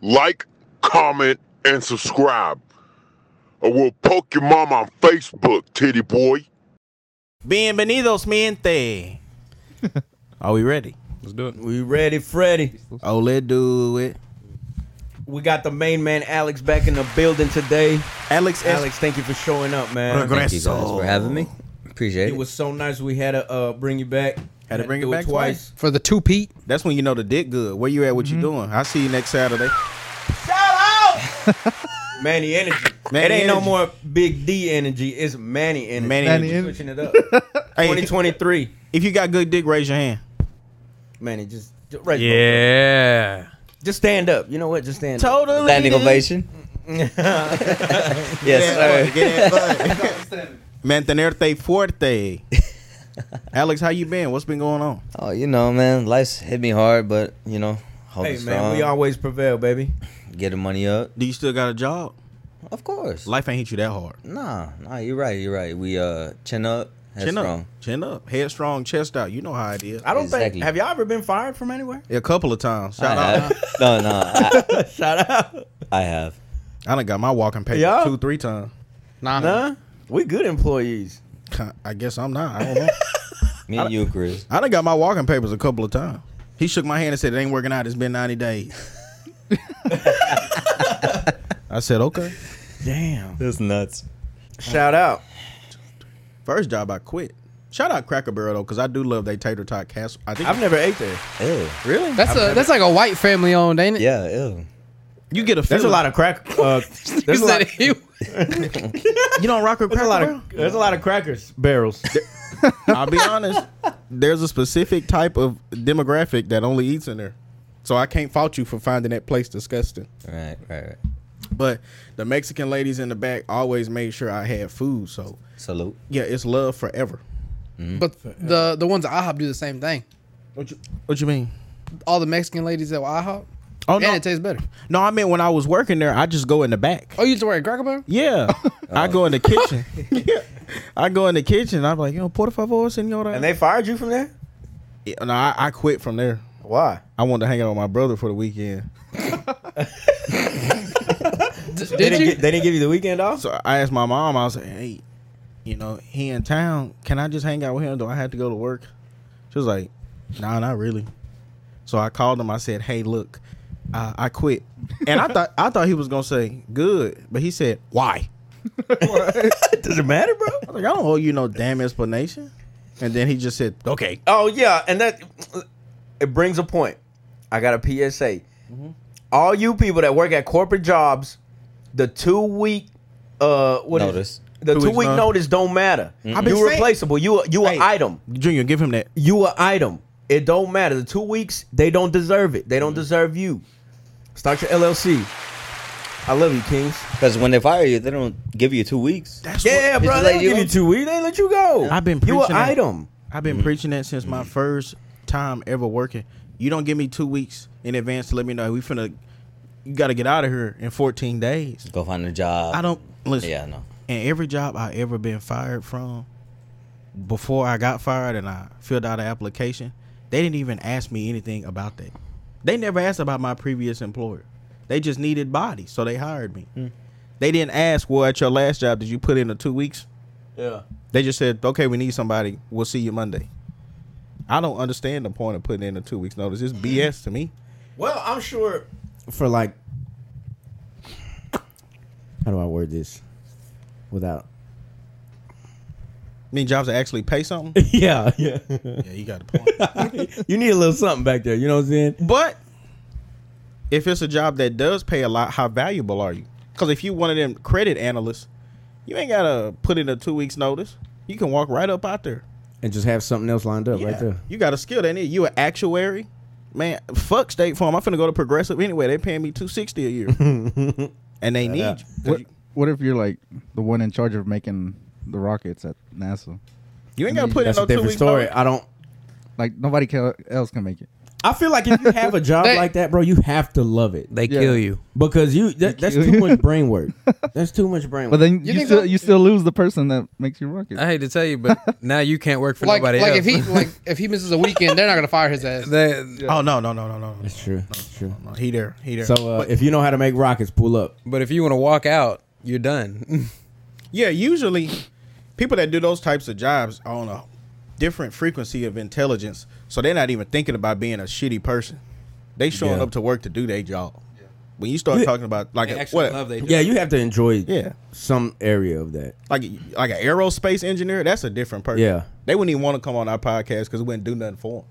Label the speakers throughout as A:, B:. A: Like, comment, and subscribe. Or we'll poke your mom on Facebook, titty boy.
B: Bienvenidos, mi gente. Are we ready?
C: Let's do it.
D: We ready, Freddy.
B: Oh, let's do it.
D: We got the main man Alex back in the building today.
B: Alex, Alex.
D: Alex, thank you for showing up, man.
E: Thank you guys for having me. Appreciate
D: It
E: it.
D: was so nice we had to uh, bring you back.
B: Had to bring
D: do
B: you back
D: twice.
F: for the two Pete.
B: That's when you know the dick good. Where you at? What
E: Mm-hmm.
B: you doing? I'll see you next Saturday.
D: Manny energy.
B: Manny
D: it ain't no
B: energy.
D: more Big D energy. It's Manny energy.
B: Manny
F: Manny
B: energy.
D: Switching it up.
B: Hey,
D: 2023.
B: if you got good dick, raise your hand.
D: Manny, just just, right,
C: Yeah.
D: just stand up. You know what? Just stand up.
B: Totally.
E: Standing ovation. yes, sir.
B: Mantenerte fuerte. Alex, how you been? What's been going on?
E: Oh, you know, man, life's hit me hard, but you know, hold
D: Hey
E: it
D: man,
E: strong.
D: we always prevail, baby.
E: Get the money up.
B: Do you still got a job?
E: Of course.
B: Life ain't hit you that hard.
E: nah, nah, you're right. You're right. We uh, chin up, head
B: Chin
E: strong.
B: up. Chin up. Head strong, chest out. You know how it is.
D: I don't
E: Exactly.
D: think. Have y'all ever been fired from anywhere?
B: A couple of times. Shout
E: I
B: out.
E: have. no, no, I,
D: Shout out.
E: I have.
B: I done got my walking paper
D: Yeah.
B: two, three times.
F: Nah,
D: Huh? We good employees.
B: I guess I'm not. I don't know.
E: Me and you, Chris.
B: I done got my walking papers a couple of times. He shook my hand and said, It ain't working out. It's been 90 days. I said, Okay.
D: Damn.
E: That's nuts.
D: Shout out.
B: First job, I quit. Shout out Cracker Barrel, though, because I do love they tater tot casserole. I think
D: I've never ate there.
E: Ew.
D: Really?
F: that's a that's like a white family owned, ain't it?
E: Yeah, ew.
B: you get a
D: There's a lot of crack. Uh, there's, a lot,
F: Is that you?
B: of, you don't rock with
D: there's
B: Cracker
D: a lot
B: Barrel?
D: of there's a lot of crackers barrels.
B: I'll be honest. There's a specific type of demographic that only eats in there. So I can't fault you for finding that place disgusting.
E: Right, right, right.
B: But the Mexican ladies in the back always made sure I had food. So
E: Salute.
B: yeah, it's love forever.
F: But the the ones at IHOP do the same thing.
B: What you What you mean?
F: All the Mexican ladies at IHOP,
B: Oh
F: and
B: no,
F: it tastes better.
B: no! I meant when I was working there, I just go in the back.
F: Oh, you used to wear a Cracker Barrel?
B: Yeah, I go in the kitchen. yeah, I go in the kitchen. I'm like, you know, por favor, senora.
D: and they fired you from there?
B: Yeah, no, I, I quit from there.
D: Why?
B: I wanted to hang out with my brother for the weekend,
F: D-
D: They
F: did
D: didn't,
F: you?
D: Get, they didn't give you the weekend off.
B: so I asked my mom. I was like, hey, you know, he in town. Can I just hang out with him? Do I have to go to work? She was like, nah, not really. So I called him. I said, hey, look, uh, I quit, and I thought I thought he was gonna say good, but he said why.
D: Does it matter, bro?
B: I was like, I don't owe you no damn explanation. And then he just said, okay.
D: Oh yeah, and that it brings a point. I got a PSA.
B: Mm-hmm.
D: All you people that work at corporate jobs, the two week uh what is it?
E: Notice.
D: the
B: Two
D: two
B: weeks
D: week
B: notice. Mm-hmm.
D: notice don't matter.
B: I've been
D: You
B: saying-
D: replaceable. You a, you an
B: Hey.
D: item.
B: Junior, give him that.
D: You an item. It don't matter. The two weeks they don't deserve it. They don't deserve you. Start your LLC. I love you, Kings.
E: Because when they fire you, they don't give you two weeks.
B: That's
D: Yeah,
E: It's
D: bro.
E: just
D: they
E: like
D: don't
E: you-
D: give you two weeks. They let you go.
B: I've been
D: you an
B: preaching that.
D: item.
B: I've been preaching that since my first time ever working. You don't give me two weeks in advance to let me know we finna. You got to get out of here in 14 days.
E: Go find a job.
B: I don't listen.
E: Yeah, no.
B: And every job I ever been fired from, before I got fired and I filled out an application, they didn't even ask me anything about that. They never asked about my previous employer. They just needed bodies, so they hired me.
D: Hmm.
B: They didn't ask, well, at your last job, did you put in the two weeks?
D: Yeah.
B: They just said, okay, we need somebody. We'll see you Monday. I don't understand the point of putting in a two weeks notice. It's BS to me.
D: Well, I'm sure Hmm. for like how do I word this without
B: I mean, jobs that actually pay something.
D: Yeah, yeah.
B: yeah, you got a point.
D: you need a little something back there, you know what I'm saying?
B: But if it's a job that does pay a lot, how valuable are you? Because if you one of them credit analysts, you ain't gotta put in a two weeks notice. You can walk right up out there.
D: And just have something else lined up right
B: Yeah.
D: there.
B: You got a skill that need you an actuary. Man, fuck State Farm. I'm finna go to Progressive anyway. They paying me two sixty a year, and they need you. 'Cause
G: What,
B: you.
G: what if you're like the one in charge of making the rockets at NASA?
B: You ain't gotta put in
D: That's
B: no
D: a
B: two
D: different
B: weeks
D: story.
B: notice.
D: I don't
G: Like nobody ca- else can make it.
D: I feel like if you have a job
F: They-
D: like that, bro, you have to love it
H: They
G: Yeah.
H: kill you.
D: because you that, that's too much brain work. That's too much brain work.
G: But then
F: You
G: you,
F: think
G: still
F: so?
G: you still lose the person that makes you rock it.
H: I hate to tell you, but now you can't work for
F: Like,
H: nobody
F: like
H: else.
F: if he like if he misses a weekend, they're not gonna fire his ass.
H: They-
B: Oh no, no, no, no, no, no,
D: that's true. That's true.
B: no. He there, he there.
D: So uh, if you know how to make rockets, pull up.
H: but if you want to walk out, you're done.
B: Yeah, usually people that do those types of jobs are on a different frequency of intelligence, so they're not even thinking about being a shitty person. They showing
D: Yeah.
B: up to work to do their job. When you start
D: You-
B: talking about like a,
E: actually
B: what,
E: love they
D: Yeah, you have to enjoy
B: Yeah.
D: some area of that.
B: like like an aerospace engineer, that's a different person.
D: Yeah.
B: they wouldn't even want to come on our podcast because it wouldn't do nothing for them.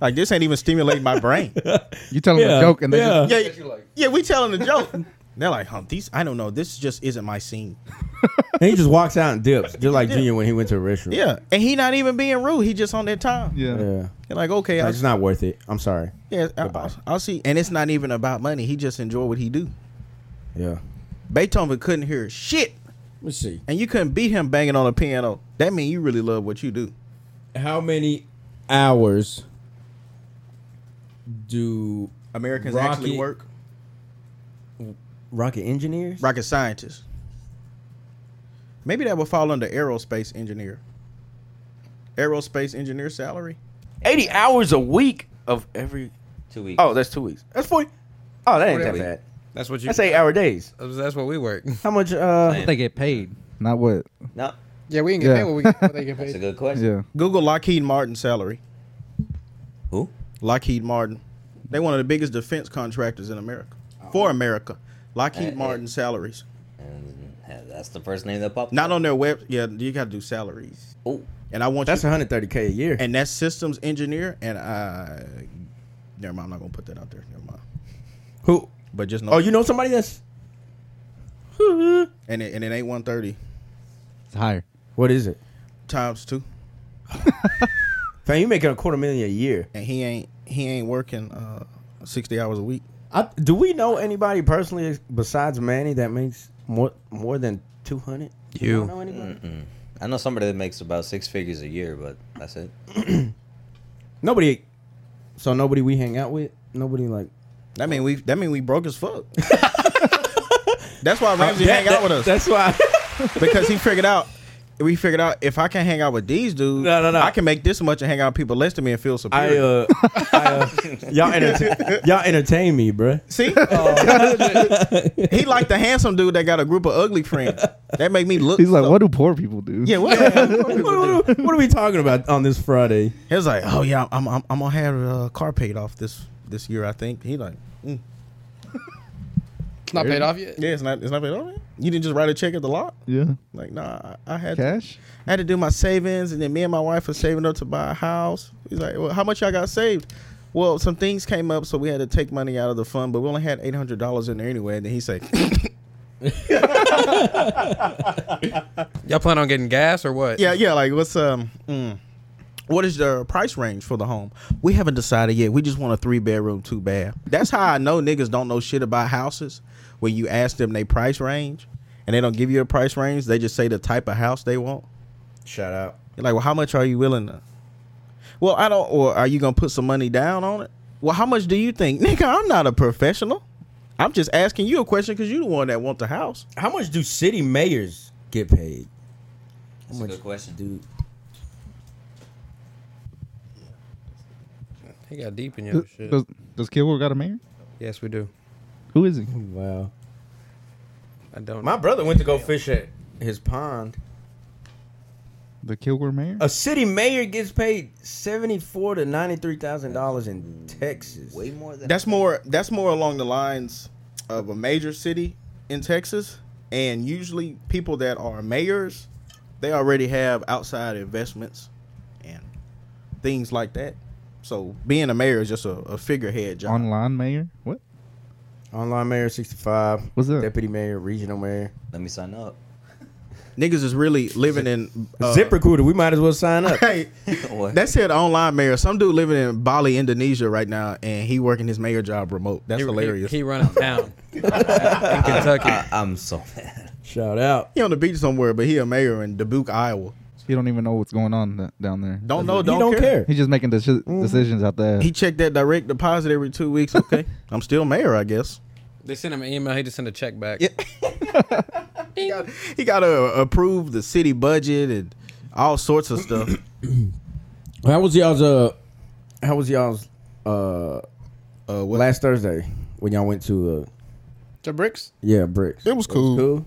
B: Like this ain't even stimulating my brain.
G: You tell them
D: Yeah.
G: a joke and they
D: Yeah.
G: just,
B: yeah, yeah, we telling the joke. They're like, huh, these I don't know. This just isn't my scene.
D: And he just walks out and dips, just like Junior when he went to a restaurant.
B: Yeah, and he not even being rude. He just on their time.
G: yeah.
D: yeah.
B: They're like, okay, I
D: Like, it's not worth it. I'm sorry.
B: Yeah, I-
D: Goodbye.
B: I'll, I'll see. And it's not even about money. He just enjoy what he do.
D: Yeah.
B: Beethoven couldn't hear shit,
D: Let's see.
B: and you couldn't beat him banging on a piano. That mean you really love what you do.
D: How many hours do
B: Americans
D: Rocket-
B: actually work.
D: rocket engineers?
B: Rocket scientists. Maybe that would fall under aerospace engineer. Aerospace engineer salary.
I: 80 hours a week of every.
E: Two weeks.
I: Oh, that's two weeks. That's 40. Oh, that ain't that
E: Really?
I: bad.
H: That's what you.
I: That's eight hour days.
H: That's what we work.
I: How much? Uh,
E: Man,
H: They
G: get paid. Not what?
E: no,
F: Yeah, we ain't get
G: Yeah.
F: paid what we what they get
E: that's a
F: paid.
E: good question.
G: Yeah.
B: Google Lockheed Martin salary.
E: Who?
B: Lockheed Martin. They one of the biggest defense contractors in America. For America.
E: Eh,
B: Lockheed
E: eh.
B: Martin salaries.
E: And uh, that's the first name that popped.
B: Not
E: up.
B: on their web. Yeah, you got to do salaries.
E: Oh,
B: And I want
D: That's
B: you,
D: 130k a year.
B: and that's systems engineer. And I, never mind. I'm not gonna put that out there. Never mind.
D: Who?
B: But just know.
D: Oh, you know somebody that's
B: and it, and it ain't 130
G: It's higher.
D: what is it?
B: times two.
D: Fam, you making a quarter million a year.
B: And he ain't he ain't working uh, 60 hours a week.
D: I, do we know anybody personally besides Manny that makes more more than 200?
H: You.
D: know anybody?
E: I know somebody that makes about six figures a year, but that's it.
D: Nobody. So nobody we hang out with. Nobody like.
B: That mean we that mean we broke as fuck. that's why Ramsey hang out with us
D: That's why.
B: because he figured out. We figured out if I can hang out with these dudes,
D: No, no, no.
B: I can make this much and hang out with people less than me and feel superior.
D: I uh, I, uh y'all entertain y'all entertain me, bruh.
B: See,
D: Oh,
B: he like the handsome dude that got a group of ugly friends that make me look.
G: He's like,
B: so-
G: what do poor people do?
B: Yeah, what?
D: What, what- what are we talking about on this Friday?
B: he was like, "Oh yeah, I'm I'm, I'm gonna have a car paid off this this year, I think." He like, mm.
F: It's not paid off yet.
B: "Yeah, it's not it's not paid off. yet? You didn't just write a check at the lot."
G: Yeah.
B: Like, nah, I, I had to,
G: Cash?
B: I had to do my savings, and then me and my wife were saving up to buy a house. He's like, "Well, how much y'all got saved?" Well, some things came up, so we had to take money out of the fund, but we only had eight hundred dollars in there anyway. And then he said,
H: Y'all plan on getting gas or what?
B: Yeah, yeah. Like, what's um, mm, what is the price range for the home? We haven't decided yet. We just want a three bedroom, two bath. That's how I know niggas don't know shit about houses. When you ask them they price range, and they don't give you a price range, they just say the type of house they want.
D: Shout out.
B: You're like, well, how much are you willing to? Well, I don't. Or are you gonna put some money down on it? Well, how much do you think, nigga? I'm not a professional. I'm just asking you a question because you the one that want the house.
D: How much do city mayors get paid?
E: That's a good question.
D: Dude,
H: He got deep in your
G: Does,
H: shit.
G: does, does Kilgore got a mayor?
H: Yes, we do.
G: Who is he?
D: wow.
H: I don't.
D: My brother went to go fish at his pond.
G: The Kilgore
H: Uh,
G: mayor?
D: A city mayor gets paid seventy four to ninety three thousand dollars in Texas.
E: Way more than
B: That's more. That's more along the lines of a major city in Texas, and usually people that are mayors, they already have outside investments and things like that. So being a mayor is just a, a figurehead job.
G: Online mayor? What?
D: Online mayor sixty five.
G: What's that?
D: Deputy mayor, regional mayor.
E: Let me sign up.
B: Niggas is really living in uh,
D: Zip recruiter. We might as well sign up.
B: Hey,
E: What?
B: that said, online mayor. Some dude living in Bali, Indonesia, right now, and he working his mayor job remote. That's
H: he,
B: hilarious.
H: He,
B: He,
H: he running town in Kentucky.
E: I, I'm so mad.
D: Shout out.
B: on the beach somewhere, but he a mayor in Dubuque, Iowa.
G: He don't even know what's going on th- down there.
B: Don't know.
H: You
B: Don't,
H: don't Mm. care.
G: He's just making deci- decisions out there.
B: He checked that direct deposit every two weeks. Okay, I'm still mayor, I guess.
J: They sent him an email. He just sent a check back.
B: Yeah. He got to approve the city budget and all sorts of stuff.
H: How was y'all's uh how was y'all's uh uh last Thursday when y'all went to uh
F: To bricks?
H: yeah, bricks.
K: It was cool.
H: Cool.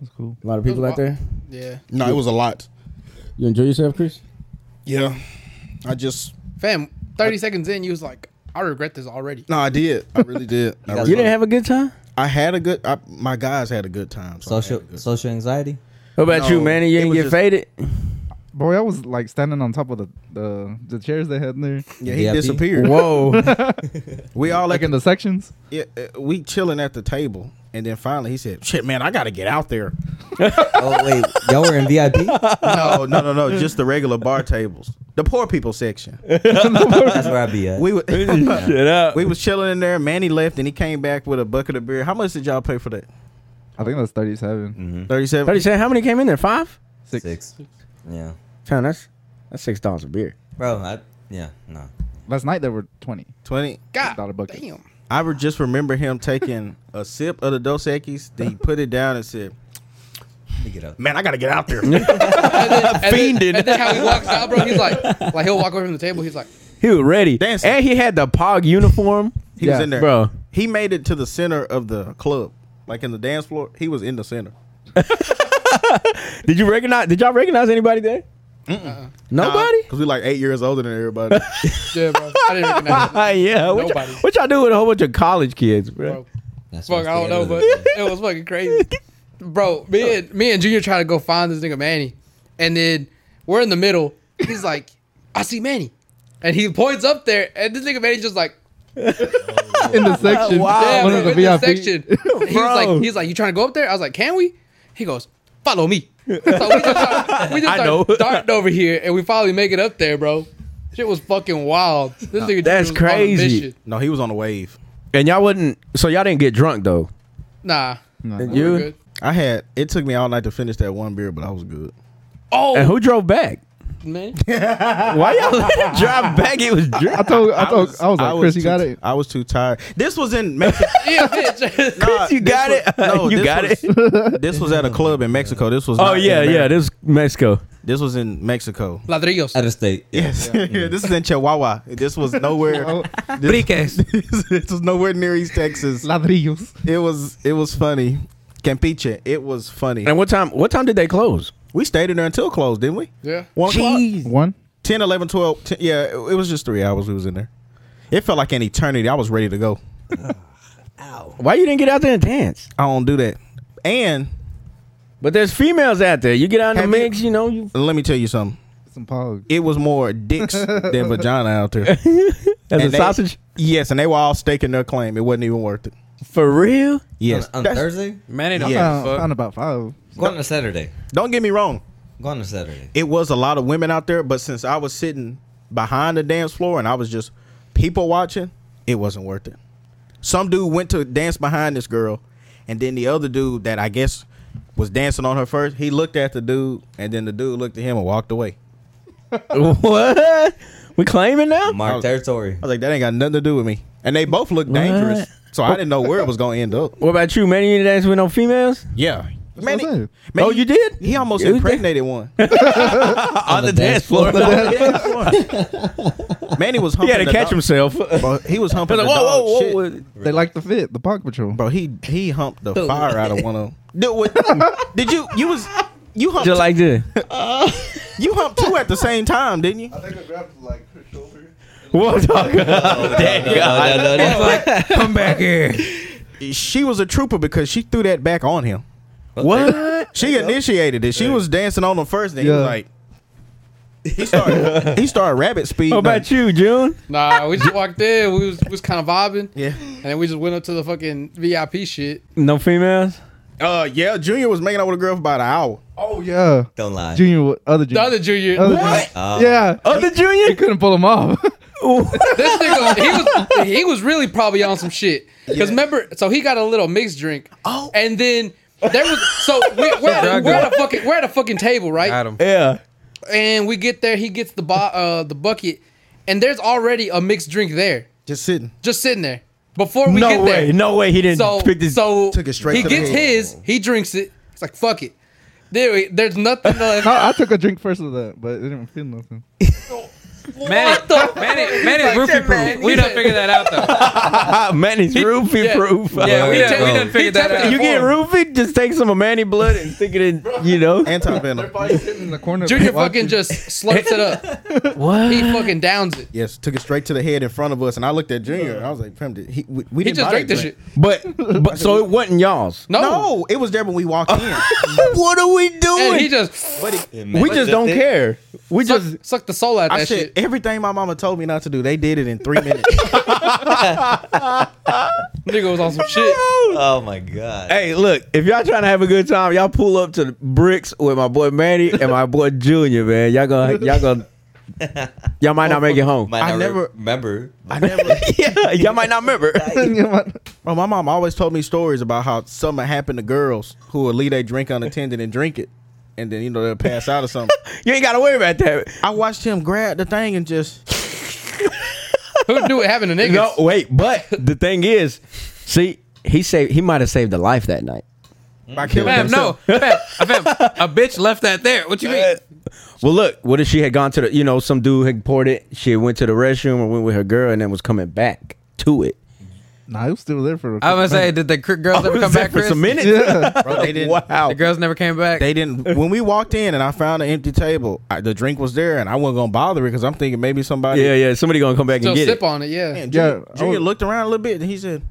G: That's cool.
H: A lot of people
F: It was
H: out there.
F: Yeah.
K: No, it was a lot.
H: You enjoy yourself, Chris?
K: Yeah, I just
F: Fam, 30 seconds in, you was like, I regret this already.
K: no, I did. I really did. I, really
H: You didn't have a good time?
B: I had a good. I, my guys had a good time. So I had
E: Social
B: a good-
E: social anxiety.
H: What about you,
B: No,
H: Manny?
B: it
H: You didn't
B: was
H: get
B: just-
H: faded?
G: Boy, I was like standing on top of the the, the chairs they had in there,
B: yeah, he
E: VIP?
B: disappeared.
H: Whoa.
B: We all
G: like
B: like
G: in the sections.
B: yeah, uh, we chilling at the table, and then finally he said, "Shit, man, I got to get out there."
E: Oh wait, y'all were in VIP.
B: no, no, no, no. Just the regular bar tables, the poor people section.
E: That's where I be at.
B: We were,
H: Shut up.
B: we was chilling in there. Manny left, and he came back with a bucket of beer. How much did y'all pay for that?
G: I think that's thirty-seven.
H: Hmm.
B: Thirty-seven.
H: Thirty cent, how many came in there? Five?
G: Six.
E: Six. Yeah,
H: Damn, that's that's six dollars a beer.
E: bro. I yeah no.
G: Last night there were twenty.
B: 20.
F: God
G: Dollar bucket.
F: damn.
B: I would just remember him taking a sip of the Dos Equis, then he put it down and said,
E: Let me get up.
B: "Man, I got to get out there."
F: And then, and then, and then how he walks out, bro, he's like, like he'll walk away from the table. He's like,
H: He was ready.
B: Dancing.
H: And he had the pog uniform.
B: He was in there,
H: Bro.
B: He made it to the center of the club, like in the dance floor. He was in the center.
H: Did you recognize did y'all recognize anybody there? Nobody?
B: because we like eight years older than everybody.
F: yeah, bro. I didn't recognize it.
H: Ah, yeah. What y'all,
F: Nobody.
H: what y'all do with a whole bunch of college kids, bro?
F: Bro.
E: That's
F: Fuck,
E: what's
F: I don't know, but
E: together.
F: it was fucking crazy. Bro, me and me and Junior try to go find this nigga Manny, and then we're in the middle. He's like, I see Manny, and he points up there, and this nigga Manny just like,
G: In the section,
F: damn,
G: one
F: we're
G: of the
F: in this
G: VIP.
F: section. He's like, he's like, you trying to go up there? I was like, can we? He goes, follow me. So we just start, we just
H: I
F: start
H: know.
F: darting over here, and we finally make it up there, bro. Shit was fucking wild. This nigga Junior was
H: That's
F: on a
H: crazy.
F: mission.
B: no, he was on a wave.
H: And y'all wouldn't so y'all didn't get drunk though.
F: Nah,
G: No.
H: you
F: we're good.
B: I had it took me all night to finish that one beer, but I was good.
H: and
F: Oh
H: who drove back?
F: man,
H: Why y'all let him drive back? It was drunk.
G: I told, I told, I was, like, Chris, you
B: too-
G: got it.
B: I was too tired. This was in Mexico.
F: yeah, bitch.
B: Nah,
H: you
B: this
H: got
B: was-
H: it.
B: No,
H: You
B: this
H: got
B: was- This was at a club in Mexico. This was.
H: Oh
B: not in
H: yeah,
B: America.
H: yeah. This is Mexico.
B: This was in Mexico.
F: Ladrillos.
E: Out of state.
B: Yes, yeah, this is in Chihuahua. This was nowhere.
J: Briques.
B: this was nowhere near East Texas.
G: Ladrillos.
B: It was. It was funny. Campeche. It was funny.
H: And what time? What time did they close?
B: We stayed in there until close, didn't we?
F: Yeah.
B: One o'clock.
G: One.
B: 10, 11, 12. 10 yeah, it it was just three hours we was in there. It felt like an eternity. I was ready to go.
H: Why you didn't get out there and dance?
B: I don't do that. And
H: But there's females out there. You get out in
B: Have
H: the
B: you-
H: mix, you know. You,
B: let me tell you something.
G: Some pog.
B: It was more dicks than vagina out there.
H: as a
B: And they-
H: sausage
B: Yes, and they were all staking their claim. It wasn't even worth it.
H: for real.
B: Yes.
E: On, on
B: That's-
E: Thursday.
J: Manny don't
B: Yeah.
J: yeah. give a
G: Found,
J: fuck.
G: found about five.
E: Go on a Saturday.
B: Don't get me wrong.
E: Go on a Saturday.
B: It was a lot of women out there, but since I was sitting behind the dance floor and I was just people watching, it wasn't worth it. Some dude went to dance behind this girl, and then the other dude that I guess was dancing on her first, he looked at the dude, and then the dude looked at him and walked away.
H: what? We claiming now?
E: Mark territory.
B: I was like, that ain't got nothing to do with me. And they both looked dangerous.
H: What?
B: So I didn't know where it was gonna end up.
H: What about you, man? You didn't dance with no females?
B: Yeah. Man,
G: what I'm saying.
H: Oh, you did?
B: He almost
H: You did?
B: impregnated one.
H: On, the, dance floor.
B: Manny was
H: he
B: humping.
H: had to
B: the
H: catch
B: dog-
H: himself.
B: Bro, he was humping.
H: Whoa,
B: the dog
H: whoa,
B: shit.
H: whoa!
G: They like the fit, the pog patrol.
B: Bro, he he humped the fire out of one of them. Dude, what, did you you was you humped
H: Just like this.
B: you humped two at the same time, didn't you?
G: think I grabbed like her shoulder.
H: What
J: Come back here.
B: She was a trooper because she threw that back on him.
H: What?
B: She initiated it. She was dancing on him first, and he was
G: Yeah.
B: like, he started he started rabbit speed.
H: What about you, June?
F: Nah, we just walked in. We was, we was kind of vibing.
B: Yeah.
F: And then we just went up to the fucking VIP shit.
H: No females.
B: Uh, yeah, Junior was making out with a girl for about an hour.
G: Oh yeah.
E: Don't lie.
G: Junior, wa- other junior.
F: The other junior,
G: Other
F: what?
E: Oh.
G: junior. Yeah.
H: Other
G: He
H: junior?
G: couldn't pull him off.
F: This nigga, he was he was really probably on some shit. Because remember, so he got a little mixed drink. Oh. And then there was so we, we're, at a,
J: Drugged
F: we're
J: him.
F: at a fucking we're at a fucking table, right?
J: Adam.
H: Yeah.
F: and we get there. He gets the bo- uh, the bucket, and there's already a mixed drink there,
B: Just sitting.
F: just sitting there. Before we
H: no
F: get
H: way,
F: there,
H: no way. He didn't
F: so
H: pick this.
F: so
B: Took it straight
F: he
B: to the
F: gets
B: head.
F: his, he drinks it. It's like fuck it. There, there's nothing left.
G: No, I took a drink first of that, but it didn't feel nothing.
L: Man,
F: What the-
L: man, is- man is
F: He's like,
L: roofie
F: "Shit, man."
L: proof. We done figured that out though.
H: Manny's roofie
F: yeah.
H: proof.
L: Yeah, we
E: Bro.
L: done, we done figured that
F: tapped
L: out.
F: it.
H: you get roofied, just take some of Manny blood and stick it in. You know,
B: Anti venom.
G: in the corner.
F: Junior
G: watching-
F: fucking just slurps it up. What? He fucking downs it.
B: Yes, took it straight to the head in front of us, and I looked at Junior. I was like, "Pimp, did he, we, we
F: He
B: didn't
F: just
B: buy
F: drank
B: that
F: this shit.
H: but but so it wasn't y'all's.
F: No.
B: No, it was there when we walked in.
H: What are we
F: And he
H: doing?
F: just
H: We just don't care. We
F: suck,
H: just
F: suck the soul out of
B: I
F: that
B: said
F: shit.
B: everything my mama told me not to do. They did it in three minutes.
F: Nigga was on some shit.
E: Oh my god.
H: Hey, look, if y'all trying to have a good time, y'all pull up to the bricks with my boy Manny and my boy Junior, man. Y'all gonna y'all gonna y'all might not make it home.
E: Might
B: I
E: not
B: never-
E: remember.
B: I never.
H: yeah, y'all might not remember.
B: Bro, my mom always told me stories about how something happened to girls who would leave their drink unattended and drink it, and then you know they'll pass out or something.
H: You ain't gotta worry about that.
B: I watched him grab the thing and just
F: Who knew it happened to niggas?
H: No, wait, but the thing is, see, he saved he might have saved a life that night.
B: by killing
L: Fam, no,
B: himself.
L: fam, fam, a bitch left that there. What you mean?
H: Well, look, what if she had gone to the, you know, some dude had poured it. She went to the restroom or went with her girl and then was coming back to it.
G: Nah, he was still there for. a
L: I was
G: quick
L: gonna say, did the cr- girls ever
H: Was
L: come
H: that
L: back,
H: for
L: Chris?
H: some minutes.
G: minute. Yeah.
B: Bro, they didn't.
H: Wow.
L: The girls never came back.
B: They didn't. When we walked in and I found an empty table, I, the drink was there, and I wasn't gonna bother it because I'm thinking maybe somebody.
H: Yeah, yeah. Somebody gonna come back
F: Still
H: and get
F: sip
H: it.
F: on it, yeah.
B: And
G: Yeah,
B: Junior, Junior
G: I was-
B: looked around a little bit and he said,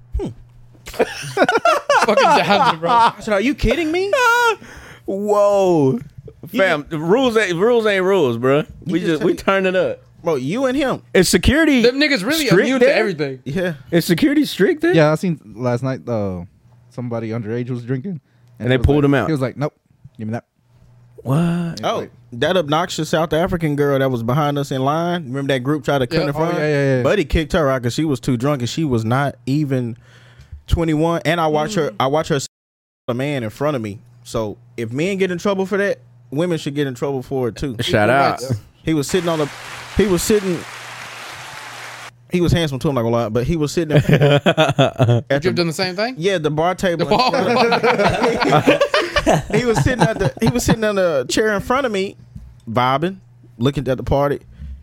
F: fucking downs it, bro.
B: "I said, are you kidding me?
H: Whoa, fam! the rules ain't rules ain't rules, bro. We
B: just
H: just we
B: took-
H: turn it up.
B: Bro, you and him.
H: Is security
F: Them niggas really
H: strict
F: immune
H: there?
F: to everything.
B: Yeah,
H: Is security strict there?
G: Yeah, I seen last night. Uh, somebody underage was drinking,
H: And they
G: he was
H: pulled
G: like-
H: him out.
G: He was like, "Nope, give me that."
H: What?
G: He was
B: Oh,
G: like,
B: that obnoxious South African girl that was behind us in line. Remember that group tried to cut
F: Yeah.
B: in front?
G: Oh, yeah, yeah, yeah.
B: Buddy kicked her out because she was too drunk and she was not even twenty one. And I watch her. I watch her s- a man in front of me. So if men get in trouble for that, women should get in trouble for it too.
H: Shout out.
B: He was sitting on a. He was sitting. He was handsome too. I'm not gonna lie, but he was sitting at the, at
F: You've
B: the
F: done the same thing?
B: yeah the bar table.
F: Whoa, whoa.
B: he was sitting at the he was sitting on the chair in front of me, vibing, looking at the party,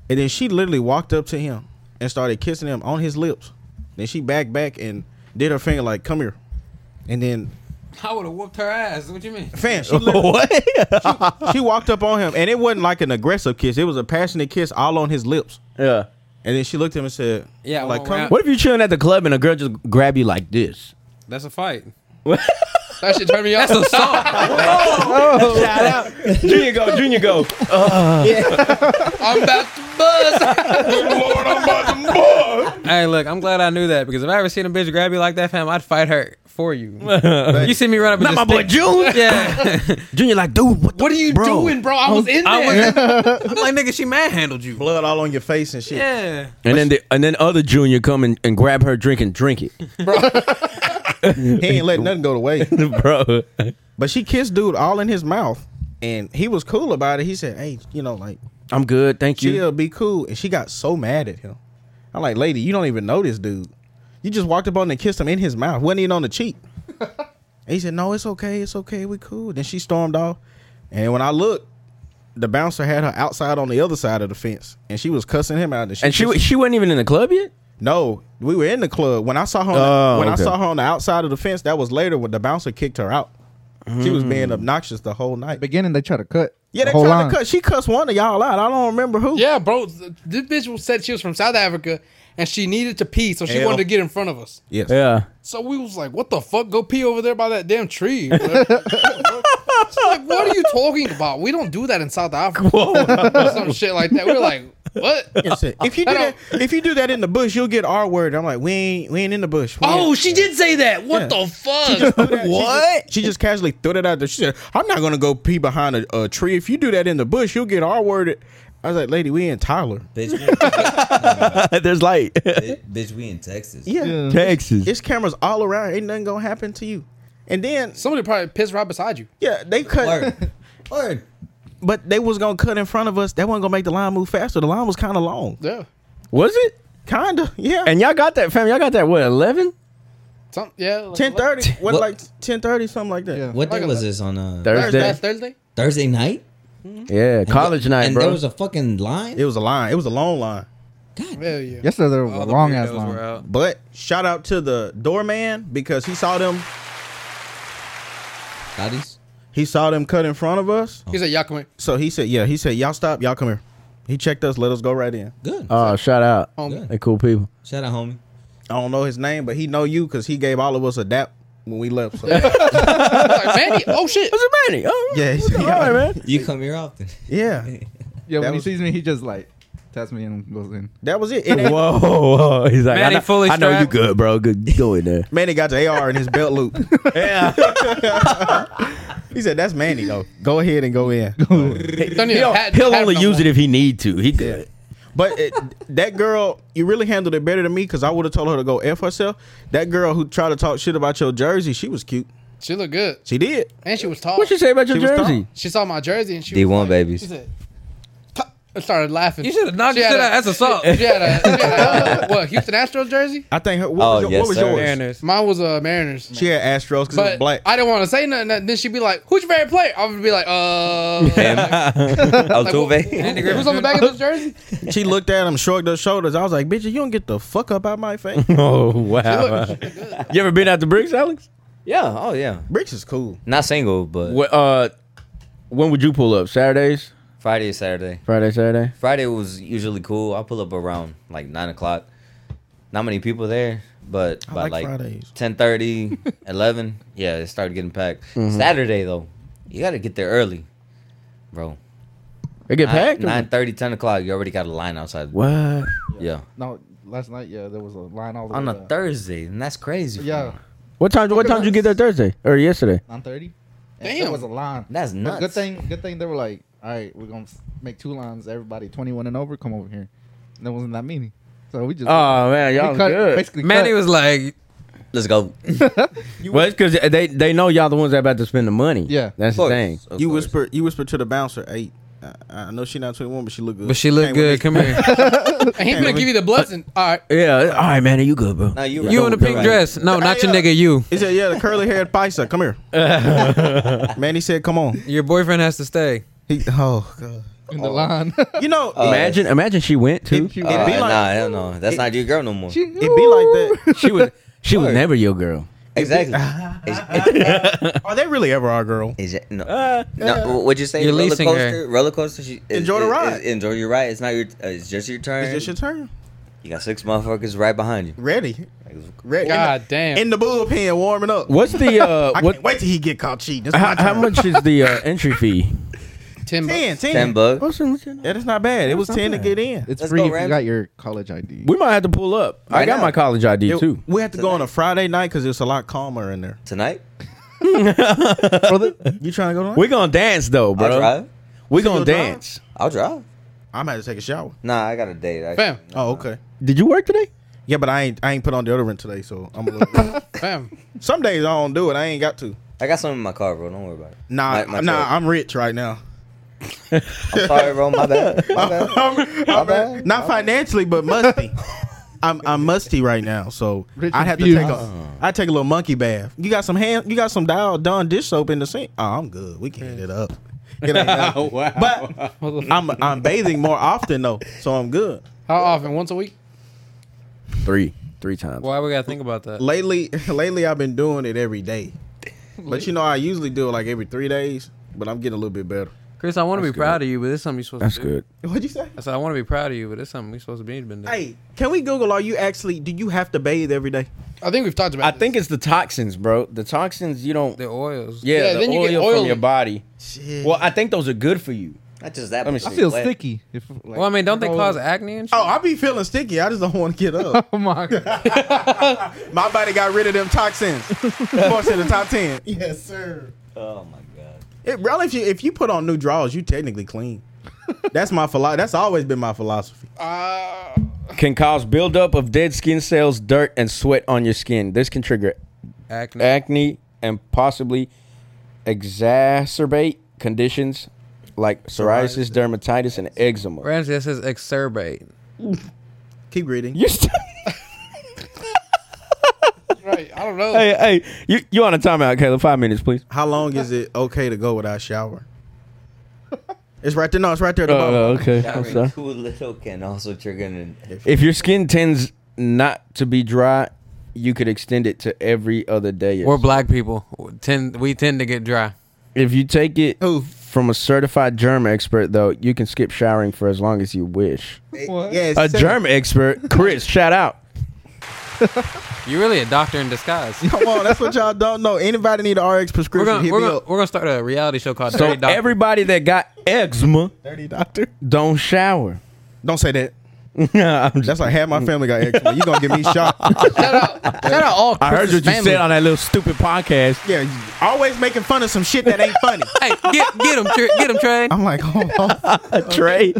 B: and then she literally walked up to him and started kissing him on his lips. Then she backed back and did her finger like, "Come here," and then
L: I would have whooped her ass. What you mean?
B: fan she literally- she, she walked up on him, and it wasn't like an aggressive kiss; it was a passionate kiss all on his lips.
H: Yeah.
B: And then she looked at him and said,
L: Yeah,
B: like
L: well,
B: come."
L: well,
H: What if you chilling at the club and a girl just grab you like this?
L: That's a fight.
F: that shit turned me off.
L: That's assault.
H: Shout out. Junior go, Junior go.
F: I'm about to buzz.
L: hey, look, I'm glad I knew that because if I ever seen a bitch grab you like that, fam, I'd fight her for you. you see me run up and
H: Not my
L: just
H: boy
L: stick-
H: June.
L: Yeah,
H: Junior like, dude, what, the
F: What are you
H: Bro.
F: doing, bro? I was in
L: I
F: there.
L: was I'm like, nigga, she manhandled you.
B: Blood all on your face and shit.
L: Yeah,
H: And then the, and then other Junior come and, and grab her drink and drink it.
B: He ain't letting nothing go to waste.
H: Bro.
B: But she kissed dude all in his mouth, and he was cool about it. He said, "Hey, you know, like
H: I'm good, thank you.
B: chill, be cool. And she got so mad at him. I'm like, lady, you don't even know this dude. You just walked up on him and kissed him in his mouth. Wasn't even on the cheek. and he said, No, it's okay, it's okay, we cool. Then she stormed off. And when I looked, the bouncer had her outside on the other side of the fence. And she was cussing him out. And she,
H: And she wa-
B: was
H: she wasn't even in the club yet?
B: No, we were in the club. When I saw her on
H: Oh,
B: the, when
H: okay.
B: I saw her on the outside of the fence, that was later when the bouncer kicked her out. She was being obnoxious the whole night.
G: beginning they try to cut.
B: Yeah, they
G: the whole
B: tried
G: line.
B: to cut. She cussed one of y'all out. I don't remember who.
F: Yeah, bro. This bitch was- said she was from South Africa and she needed to pee, so she
B: Hell.
F: wanted to get in front of us.
B: Yes.
H: Yeah.
F: So we was like, "What the fuck? Go pee over there by that damn tree." She's like, "What are you talking about? We don't do that in South Africa." Or some shit like that. We were like, "What?"
B: I said, if you do
F: I
B: that,
F: don't-
B: if you do that in the bush, you'll get R word. I'm like, we ain't, we ain't in the bush. We
F: Oh,
B: ain't-
F: she did say that. What the fuck?
B: She just- She just casually threw that out there. She said, I'm not gonna go pee behind a, a tree. If you do that in the bush, you'll get R worded. I was like, lady, we in Tyler.
E: Bitch, we in-
H: There's light.
E: bitch, we in Texas.
B: Yeah.
H: Mm-hmm. Texas.
B: it's cameras all around. Ain't nothing gonna happen to you. And then,
F: Somebody probably pissed right beside you.
B: yeah, they cut.
E: Or, or
B: but they was gonna cut in front of us. That wasn't gonna make the line move faster. The line was kind of long.
F: Yeah.
H: Was it?
B: Kinda, yeah.
H: And y'all got that, fam. Y'all got that, what, 11?
F: Some, yeah. like-
B: Ten thirty, what,
E: What-
B: like ten thirty, something like that.
G: Yeah.
E: What
F: Like
E: day
F: a-
E: was this on uh,
H: Thursday.
F: Thursday. Last Thursday.
E: Thursday night?
H: Yeah, college
E: And-
H: night,
E: and
H: bro.
E: There was a fucking line.
B: It was a line. It was a long line.
F: Hell yeah.
G: Yesterday there was
D: All
G: a
D: the
G: long ass
D: weirdos
G: line.
D: were out.
B: But shout out to the doorman because he saw them.
E: Bodies.
B: He saw them cut in front of us.
F: He said, "Y'all come here.
B: So he said, "Yeah." He said, "Y'all stop. Y'all come here." He checked us. Let us go right in.
E: Good.
H: oh, shout out.
E: Good.
H: They cool people.
E: Shout out, homie.
B: I don't know his name, but he know you because he gave all of us a dap when we left. So.
F: I was like, Manny, oh shit.
H: What's it, Manny? Oh,
B: Yeah, he's-
H: what's up? all right, man.
E: You come here often.
B: yeah,
G: Yeah,
B: That
G: when
B: was-
G: he sees me, he just like taps me and goes in.
B: that was it. And
H: Whoa, whoa. He's like,
D: Manny
H: I, know,
D: fully
H: I know you
D: strapped.
H: good, bro. Good, go in there.
B: Manny got the AR in his belt loop. he said, "That's Manny though. Go ahead and go in."
F: Don't need a
H: He'll,
F: hat-
H: he'll
F: hat
H: only
F: no
H: use
F: more.
H: it if he need to. He good.
B: But it, that girl, you really handled it better than me because I would have told her to go f herself. That girl who tried to talk shit about your jersey, she was cute.
F: She looked good,
B: She did.
F: and she was tall.
H: What you say about your
B: She was
H: jersey?
F: She saw my jersey and she
E: D1
F: was like,
E: babies.
F: She said, "Cup," and started laughing.
D: You should have knocked
F: She
D: your
F: had
D: shit
F: a-
D: out. That's assault.
F: She had a, she had a- uh, what Houston Astros jersey.
B: I think her. What
E: Oh,
B: was, your,
E: yes,
B: what was
E: sir.
B: yours?
D: Mariners.
F: Mine was uh, Mariners.
B: She had Astros because it was
F: But
B: black.
F: I didn't want to say nothing. Then she'd be like, "Who's your favorite player?" I would be like, "Uh,
E: Oh,
F: like,
E: Altuve.
F: who- who's on the back of this jersey?"
B: she looked at him, shrugged her shoulders. I was like, "Bitch, you don't get the fuck up out my face."
H: Oh, wow. you ever been out to Bricks, Alex?
E: yeah. Oh, yeah.
B: Bricks is cool.
E: Not single, but
H: What, uh, when would you pull up? Saturdays?
E: Friday or Saturday.
H: Friday, Saturday?
E: Friday was usually cool. I pull up around like nine o'clock. Not many people there, but by
B: like
E: like,
B: Fridays.
E: 10.30, 11, yeah, it started getting packed. Saturday though, you got to get there early, bro.
H: They get packed? or-
E: Nine thirty, ten 10 o'clock, you already got a line outside.
H: What?
E: Yeah,
G: No, last night, yeah, there was a line all the
E: on
G: way
E: a
G: to-
E: Thursday, and that's crazy.
G: Yeah,
E: Yeah,
H: What time? What time did you get there Thursday or yesterday?
G: nine thirty.
F: Damn.
G: there was a line.
E: that's
G: But
E: nuts.
G: Good thing, good thing they were like, all right, we're gonna make two lines. Everybody twenty one and over, come over here. And that wasn't that many, so we just
H: Oh man,
G: we
H: y'all
G: cut-
H: good.
G: Basically,
D: Manny
G: cut.
D: was like,
E: Let's go.
H: Well, it's because they they know y'all the ones that about to spend the money.
G: Yeah.
H: that's the thing.
B: you whisper. You whisper to the bouncer. Hey, I, I know she not twenty one, but she look good.
D: but she looked
B: Came with
D: good. Come here.
F: And he's gonna give you the blessing. All right,
H: Yeah. All right, Manny, you good, bro?
E: No, you
D: You in a pink dress. No, not your nigga, you.
B: me. He said, "Yeah, the curly haired paisa, come here." Man, he said, "Come on."
D: Your boyfriend has to stay.
B: He, oh god.
G: in the line.
B: You know,
H: imagine, imagine she went to.
G: She-
E: Uh,
B: be like-
E: nah, hell no, that's not your girl no more.
G: she-
B: it be like that.
H: She was she was never your girl.
E: exactly.
B: Are they really ever our girl?
E: Is it, no, no. What'd you say?
D: You're
E: roller
D: leasing her.
E: coaster. Roller coaster. She, is-
B: Uh, Enjoy the
E: is- is-
B: ride.
E: enjoy your ride. It's not your. Uh, it's just your turn.
B: Is this your turn?
E: You got six motherfuckers right behind you.
B: Ready? Ready?
F: God
B: in
F: damn.
B: the, in the bullpen, warming up.
H: What's the uh?
B: I
H: what?
B: can't wait till he get caught cheating. It's
H: How,
B: my
H: how
B: turn.
H: much is the uh, entry fee?
F: ten. bucks.
B: Ten, ten.
E: Ten bucks.
H: What's the-
B: That is not bad. It was
H: not
B: ten
H: bad.
B: to get in.
G: It's
E: Let's
G: free
E: go,
G: if you
E: Rams.
G: got your college ID.
H: We might have to pull up. I
E: Why
H: got
E: not?
H: my college ID
B: It-
H: too.
B: We have to go on a Friday night because it's a lot calmer in there.
E: Tonight,
B: You trying to go
H: We
B: to?
H: gonna dance though,
E: I'll
H: bro.
E: drive.
H: We
B: You'll
H: gonna
B: drive?
H: dance.
E: I'll drive.
B: I'm gonna take a shower.
E: Nah, I got a date. I,
F: Fam,
B: Oh, okay.
H: Did you work today?
B: Yeah, but I ain't I ain't put on deodorant today, so I'm a little.
F: fam.
B: Some days I don't do it. I ain't got to.
E: I got something in my car, bro. Don't worry about it.
B: Nah,
E: My- my
B: nah.
E: truck.
B: I'm rich right now.
E: I'm sorry, bro. My bad. My bad. My bad.
B: Not financially, but musty. I'm I'm musty right now, so
G: Rich
B: I'd have to
G: and
B: take a I take a little monkey bath. You got some hand you got some dial Dawn dish soap in the sink. Oh, I'm good. We can hit it up. It ain't nothing. But I'm I'm bathing more often though, so I'm good.
F: How often? Once a week.
H: Three, three times.
D: Why we gotta think about that?
B: Lately lately I've been doing it every day. But you know I usually do it like every three days, but I'm getting a little bit better.
D: Chris, I want to be proud of you, but this is something you're supposed
H: That's
D: to do.
H: good.
B: What'd you say?
D: I said I want to be proud of you, but this is something we supposed to be been doing.
B: Hey, can we Google are you actually do you have to bathe every day?
F: I think we've talked about.
H: I
F: this.
H: think it's the toxins, bro. The toxins you don't.
D: The oils.
H: Yeah,
F: Yeah,
H: the
F: then you
H: oil,
F: get
H: from
F: oily.
H: your body.
B: Shit.
H: Well, I think those are good for you.
E: Not just that.
H: Let me
E: but
H: see.
G: I feel
E: wet.
G: sticky. If, like,
D: Well, I mean, don't they
G: Oh.
D: cause acne and shit?
B: Oh, I be feeling sticky. I just don't want to get up.
G: Oh my god!
B: My body got rid of them toxins. Forced in the top ten.
G: yes, sir.
E: Oh my god.
B: It, really, if you if you put on new drawers, you technically clean. That's my philo- That's always been my philosophy.
F: Uh,
H: Can cause buildup of dead skin cells, dirt, and sweat on your skin. This can trigger
D: acne.
H: acne and possibly exacerbate conditions like psoriasis, dermatitis, and eczema.
L: Ramsey, that says excerbate.
M: Keep reading.
H: You st-
F: Right. I don't know.
H: hey, hey, you you on a timeout, Caleb? Five minutes, please.
M: How long is it okay to go without shower? It's right there. No, it's right there. At the
H: Oh,
M: bottom.
H: okay. I'm sorry.
E: Showering too little can also trigger an
H: If your skin tends not to be dry, you could extend it to every other day.
L: We're black people. Tend we tend to get dry.
H: If you take it from a certified germ expert, though, you can skip showering for as long as you wish.
M: Yeah, it's
H: A
M: seven-
H: germ expert, Chris, shout out.
L: You're really a doctor in disguise.
M: Come on, that's what y'all don't know. Anybody need an RX
L: We're
M: prescription?
L: gonna
M: hit
L: we're
M: me
L: gonna,
M: up.
L: we're gonna start a reality show called
H: So
L: Dirty Doctor.
H: everybody that got eczema
M: Dirty doctor.
H: don't shower.
B: Don't say that.
H: I'm just-
B: That's like half my family got eczema. You gonna get me shot?
F: Shout out, shout out all
H: I heard
F: Chris's
H: what you
F: family.
H: said on that little stupid podcast.
B: yeah, you always making fun of some shit that ain't funny.
L: hey, get get him, Tr- get him, Trey.
B: I'm like, oh,
H: Trey,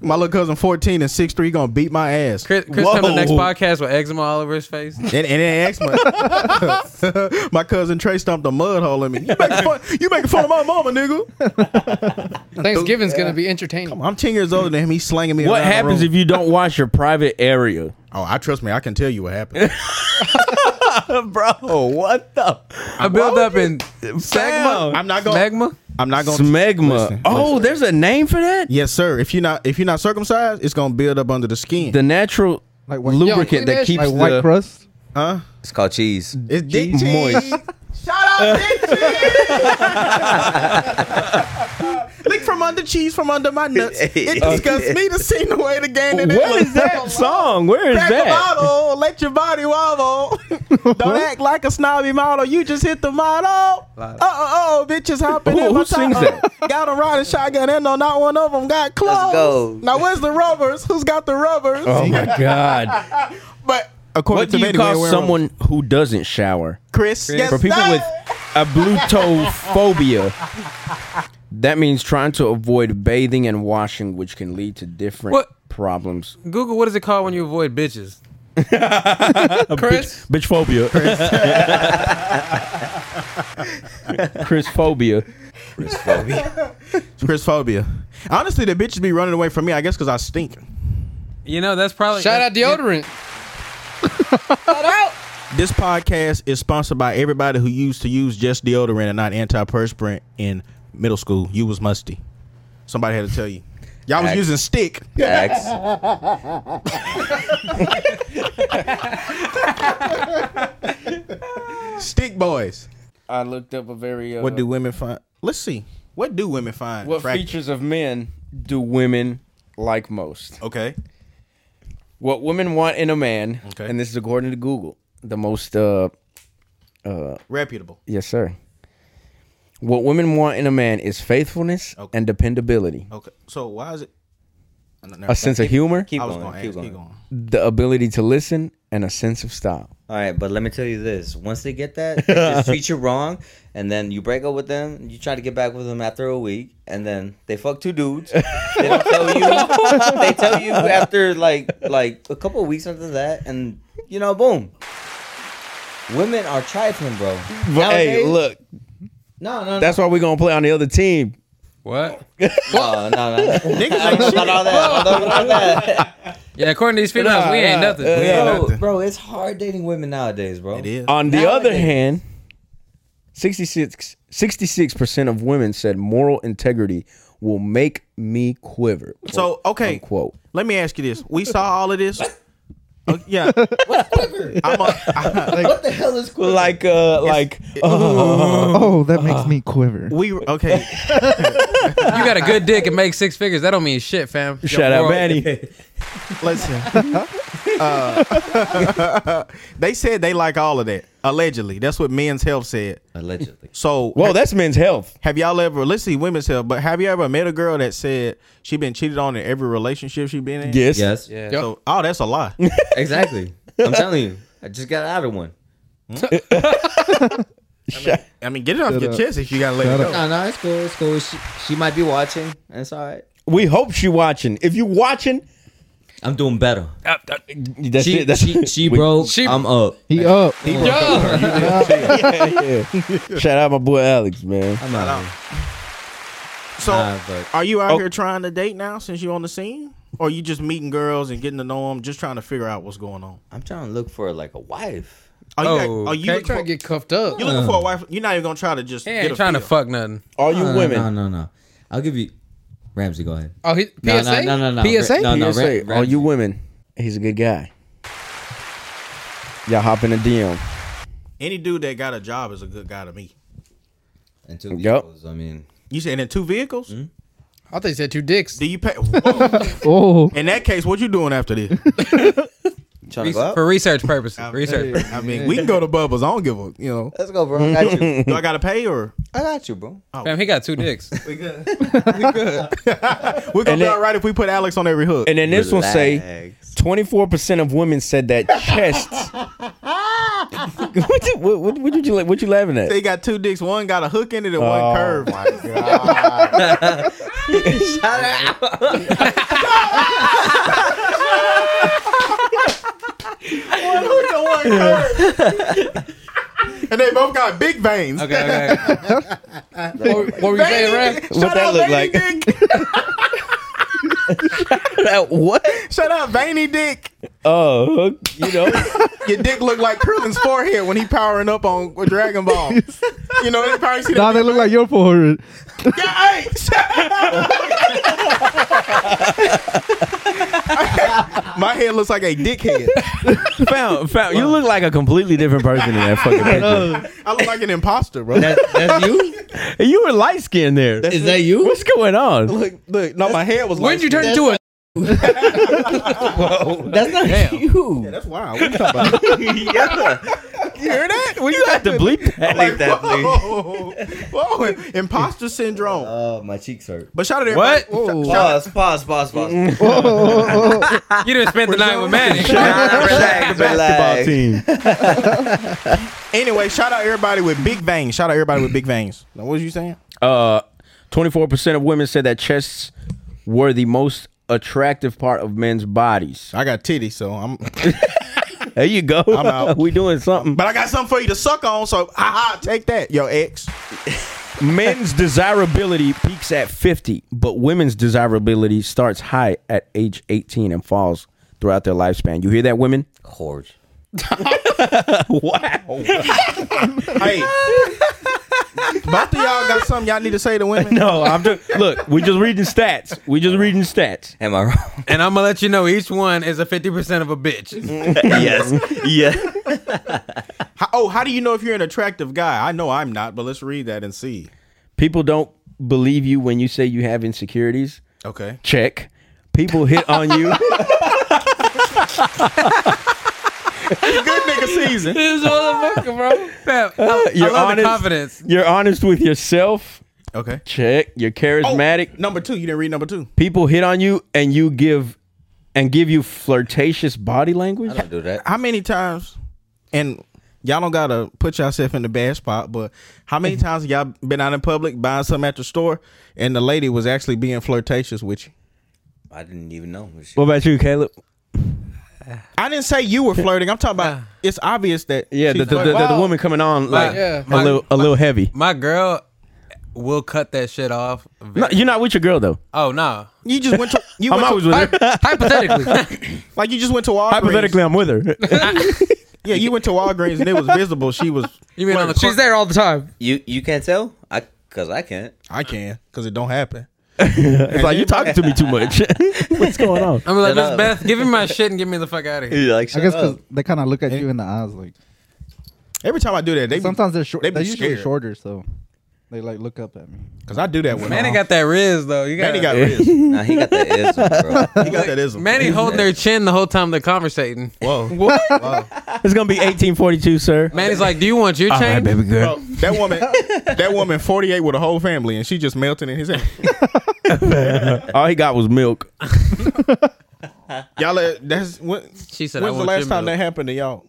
B: my little cousin, fourteen and six three, gonna beat my ass.
L: Chris, Chris come to the next podcast with eczema all over his face.
B: And, and then asked my my cousin Trey stomped a mud hole in me. You making fun? You making fun of my mama, nigga?
F: Thanksgiving's gonna be entertaining.
B: I'm ten years older than him. He's slanging me.
H: what
B: around the
H: happens
B: room.
H: if you don't wash your private area?
B: Oh, I trust me. I can tell you what happened.
H: Bro, what the?
L: I built up in magma.
B: I'm not going.
L: magma.
B: I'm not going.
H: Smegma.
B: Listen,
H: oh,
B: listen.
H: there's a name for that?
B: Yes, sir. If you're not if you're not circumcised, it's gonna build up under the skin.
H: The natural
G: Like white,
H: lubricant
F: Yo,
H: that keeps
G: like white
H: the
G: crust.
B: huh?
E: It's called cheese.
B: It's dick cheese.
H: moist.
B: Lick from under cheese from under my nuts. It disgusts me to see the way the game it
H: What is that song? Where is
B: Crack a
H: that?
B: bottle, let your body wobble. Don't act like a snobby model. You just hit the model. Uh oh, oh, bitches hopping
H: Who-
B: in my
H: who sings
B: top. Got 'em riding shotgun and no, not one of them got clothes.
E: go.
B: Now where's the rubbers? Who's got the rubbers?
H: Oh my god!
B: But according
H: what do you
B: Betty,
H: call
B: we're wearing
H: someone who doesn't shower?
B: Chris, yes,
H: For people
B: sir.
H: with ablutophobia, that means trying to avoid bathing and washing, which can lead to different
L: What?
H: problems.
L: Google what is it called when you avoid bitches? Chris,
H: Bitch phobia. Chris phobia.
B: Chris phobia. Honestly, the bitches be running away from me. I guess because I stink.
L: you know that's probably
F: Shout out deodorant.
B: This podcast is sponsored by everybody who used to use just deodorant and not antiperspirant in middle school. You was musty. Somebody had to tell you. Y'all was
E: Facts.
B: using stick.
E: Facts.
B: Stick boys.
H: I looked up a very uh,
B: What do women find? Let's see. What do women find?
H: what
B: attract-
H: features of men do women like most?
B: Okay.
H: What women want in a man,
B: Okay.
H: and this is according to Google, the most uh
B: Reputable.
H: yes sir. What women want in a man is faithfulness
B: Okay.
H: and dependability,
B: Okay. So why is it? I don't know.
H: a sense of humor,
E: Keep
B: I was
E: going.
B: gonna
E: keep
B: ask.
E: going.
B: Keep going.
H: the ability to listen, and a sense of style.
E: All right, but let me tell you this: once they get that, they just treat you wrong, and then you break up with them. You try to get back with them after a week, and then they fuck two dudes. They don't tell you. They tell you after like like a couple of weeks after that, and you know, boom. Women are trifling, bro.
H: But hey,
E: Nowadays-
H: look,
E: no, no,
H: that's why we're gonna play on the other team.
L: What?
E: no, no, no. no.
B: Niggas
E: I
B: ain't
E: don't know about all that. I don't know about that.
L: Yeah, according to these females, we ain't nothing. We ain't
E: Bro,
L: nothing.
E: bro, it's hard dating women nowadays, bro.
B: It is.
H: On the
E: Now I
H: other
E: get it.
H: hand, 66 percent of women said moral integrity will make me quiver.
B: So okay.
H: quote.
B: Let me ask you this. We saw all of this. Uh, yeah. I'm a, I,
E: What the hell is cool?
H: Like uh like uh,
G: Oh, that makes me quiver.
B: we okay.
L: You got a good dick and make six figures. That don't mean shit, fam. Your
H: shout out
L: moral-
H: Manny.
B: Listen, Uh, they said they like all of that. Allegedly, that's what Men's Health said.
E: Allegedly.
B: So,
H: Whoa, that's men's health.
B: have y'all ever? Let's see, Women's Health. But have you ever met a girl that said she been cheated on in every relationship she been in?
H: Yes.
E: Yes.
L: Yeah.
B: So, oh, that's a lie.
E: Exactly. I'm telling you. I just got out of one.
B: I mean, get it off your chest if you gotta let it go.
E: No, no, it's cool. It's cool. She, she might be watching. It's all right.
H: We hope she watching. If you watching,
E: I'm doing better.
H: that's
E: She,
H: it. That's
E: she, she broke.
F: She-
E: I'm up.
G: He oh, up.
F: Yo,
H: shout out my boy Alex, man.
E: I'm out.
B: So,
E: time, but
B: Are you out
L: Oh.
B: here trying to date now since you on the scene? Or you just meeting girls and getting to know them, just trying to figure out what's going on?
E: I'm trying to look for like a wife.
B: Are you,
L: Oh,
B: are you looking
L: okay.
F: Trying to
B: for,
F: get cuffed up.
B: you looking for a wife? You're not even gonna try to just
L: He
B: get
L: uh. ain't
B: a
L: trying to
B: feel.
L: fuck nothing.
H: All you
E: No, no,
H: women.
E: No, no, no. I'll give you Ramsey. Go ahead.
F: Oh, he, PSA?
E: No, no, no, no, no.
F: PSA?
E: No, no.
H: PSA,
E: Ram-
H: all
E: Ramsey.
H: you women, he's a good guy. Y'all hop in a DM.
B: Any dude that got a job is a good guy to me.
E: And two
H: Yup.
E: vehicles. I mean,
B: You said in two vehicles?
L: Mm-hmm.
F: I thought he said two dicks.
B: Do you pay? Whoa.
G: Oh,
B: in that case, what you doing after this?
E: trying to go up?
L: For research purposes. Research. purposes.
B: I mean, we can go to Bubba's. I don't give a you know.
E: Let's go, bro. I got you.
B: Do I gotta pay or
E: I got you, bro.
L: Fam, he got two dicks.
B: we're gonna
H: And
B: be
H: then-
B: all right if we put Alex on every hook?
H: And then this one say,
E: Relax.
H: twenty four percent of women said that chests. what, you, what, what, what you what you laughing at?
B: They got two dicks. One got a hook in it and one
H: Oh.
B: curved.
G: my god.
B: one hook and one curved. and they both got big veins.
L: Okay, okay.
F: What, what were you saying, Ram?
H: What that look like? That what?
B: Shut up, veiny dick.
H: Oh, you know.
B: Your dick look like Krillin's forehead when he powering up on Dragon Ball. You know, they probably see that.
G: Nah, they look like your forehead.
B: Yeah, hey, shut up. My head looks like a dickhead.
H: found, found. You look like a completely different person in that fucking picture.
B: I look like an imposter, bro.
L: That's you?
H: And you were light skinned there.
L: Is that you?
H: What's going on?
B: look, look. No, my head was
F: When
B: like.
F: did you turn into a
E: That's not you.
B: That's wild. What you talking about? You hear that? What you,
H: The bleep that.
E: Leave that, please.
B: Whoa, whoa, imposter syndrome.
E: Oh, my cheeks hurt.
B: But shout out to
L: What?
B: everybody-
E: Pause, pause, pause, pause.
L: You didn't spend the night with Manny.
E: relax,
H: Basketball
E: relax.
H: team.
B: Anyway, shout out everybody with big veins. Shout out everybody with big veins. Now, what was you saying?
H: Uh, twenty-four percent of women said that chests were the most attractive part of men's bodies.
B: I got titties, so I'm.
H: There you go.
B: I'm out.
H: we doing something.
B: But I got something for you to suck on, so haha, take that, yo ex.
H: Men's desirability peaks at fifty, but women's desirability starts high at age eighteen and falls throughout their lifespan. You hear that, women?
E: Horge.
B: Hey, both of y'all got something y'all need to say to women.
H: No, Oh, I'm just look. We just reading stats. We just reading stats.
E: Am I wrong?
L: And I'm going to let you know each one is a 50% of a
F: Mm.
L: bitch.
E: yes. Yeah.
B: How- oh, how do you know if you're an attractive guy? I know I'm not, but let's read that and see.
H: People don't believe you when you say you have insecurities.
B: Okay.
H: Check. People hit on you.
B: Good nigga season.
F: this motherfucker, bro?
L: Fam,
F: Uh,
L: I, I
H: You're
L: love the
H: honest.
L: confidence.
H: You're honest with yourself.
B: Okay.
H: Check. You're charismatic.
B: Number two, you didn't read number two.
H: People hit on you and you give and give you flirtatious body language.
E: I don't do that.
B: How many times? And y'all don't gotta put yourself in the bad spot, but how many times y'all been out in public buying something at the store and the lady was actually being flirtatious with you?
E: I didn't even know.
H: What about you, Caleb?
B: I didn't say you were flirting. I'm talking about it's obvious that
H: Yeah,
B: she's
H: the, the, the,
B: flirting.
H: the, woman coming on like
F: yeah.
H: a little a little heavy.
L: My girl will cut that shit off.
H: No, you're not with your girl though.
L: oh, no.
B: you just went to you
H: I'm
B: went
H: always
B: to,
H: with her.
F: Hypothetically.
B: like you just went to Walgreens.
H: Hypothetically, I'm with her.
B: yeah, you went to Walgreens and it was visible. She was
L: You mean on the
F: She's there all the time.
E: You you can't tell? I cause I can't.
B: I can because it don't happen.
H: it's like you're talking to me too much. What's going on?
L: I'm like,
E: Shut
L: Miss
E: up.
L: Beth, give me my shit and get me the fuck out of here.
E: Like,
G: I guess because they kind of look at you in the eyes. Like
B: Every time I do that, they
G: sometimes they're short.
B: they
G: They
B: be
G: are usually
B: scared.
G: shorter, so they like look up at me.
B: because I do that when
L: Manny got that riz, though. You
B: Manny
L: gotta-
B: got riz. He
E: Nah, he got that ism, bro.
B: got that ism.
L: Manny holding their chin the whole time they're conversating.
B: Whoa.
L: What?
H: It's gonna be 1842, sir.
L: Manny's like, "Do you want your chain?"
B: Bro, that woman, that woman, forty eight with a whole family, and she just melting in his hand.
H: All he got was milk.
B: Y'all, let- that's what.
L: She said, I
B: When's the
L: want
B: last
L: your
B: time that
L: milk.
B: happened to y'all?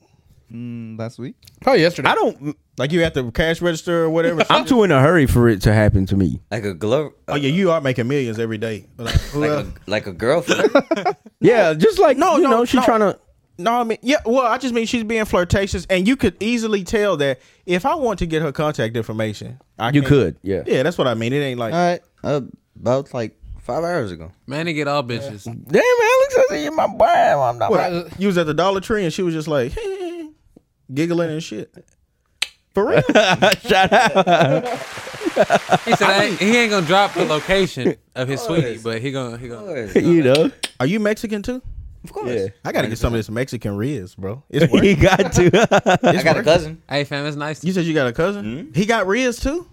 G: Mm, last week,
F: Probably yesterday.
H: I don't.
B: Like you at the cash register or whatever.
H: I'm too in a hurry for it to happen to me.
E: Like a glove.
B: oh yeah, you are making millions every day. Like, who
E: Like
B: else?
E: a, like a girlfriend.
H: Yeah, just like no, you
B: no,
H: know, she
B: no.
H: trying to.
B: No, I mean, yeah. Well, I just mean she's being flirtatious, and you could easily tell that if I want to get her contact information, I
H: You
B: can-
H: could, yeah.
B: Yeah, that's what I mean. It ain't like
G: all right. Uh,
E: About like five hours ago.
L: Manny get all bitches.
H: Damn, Alex, I said you my boy. I'm not.
B: What? You was at the Dollar Tree and she was just like giggling and shit. For real?
H: Shout out.
L: He said I ain't- he ain't gonna drop the location of his sweetie, but he gonna he gonna.
H: you know,
B: Are you Mexican too?
E: Of course.
H: Yeah.
B: I gotta get some of this Mexican ribs, bro. It's worth
H: he
B: it.
H: got to.
E: I got a cousin.
L: Hey fam, it's nice.
B: You said you got a cousin?
E: Hmm?
B: He got ribs too?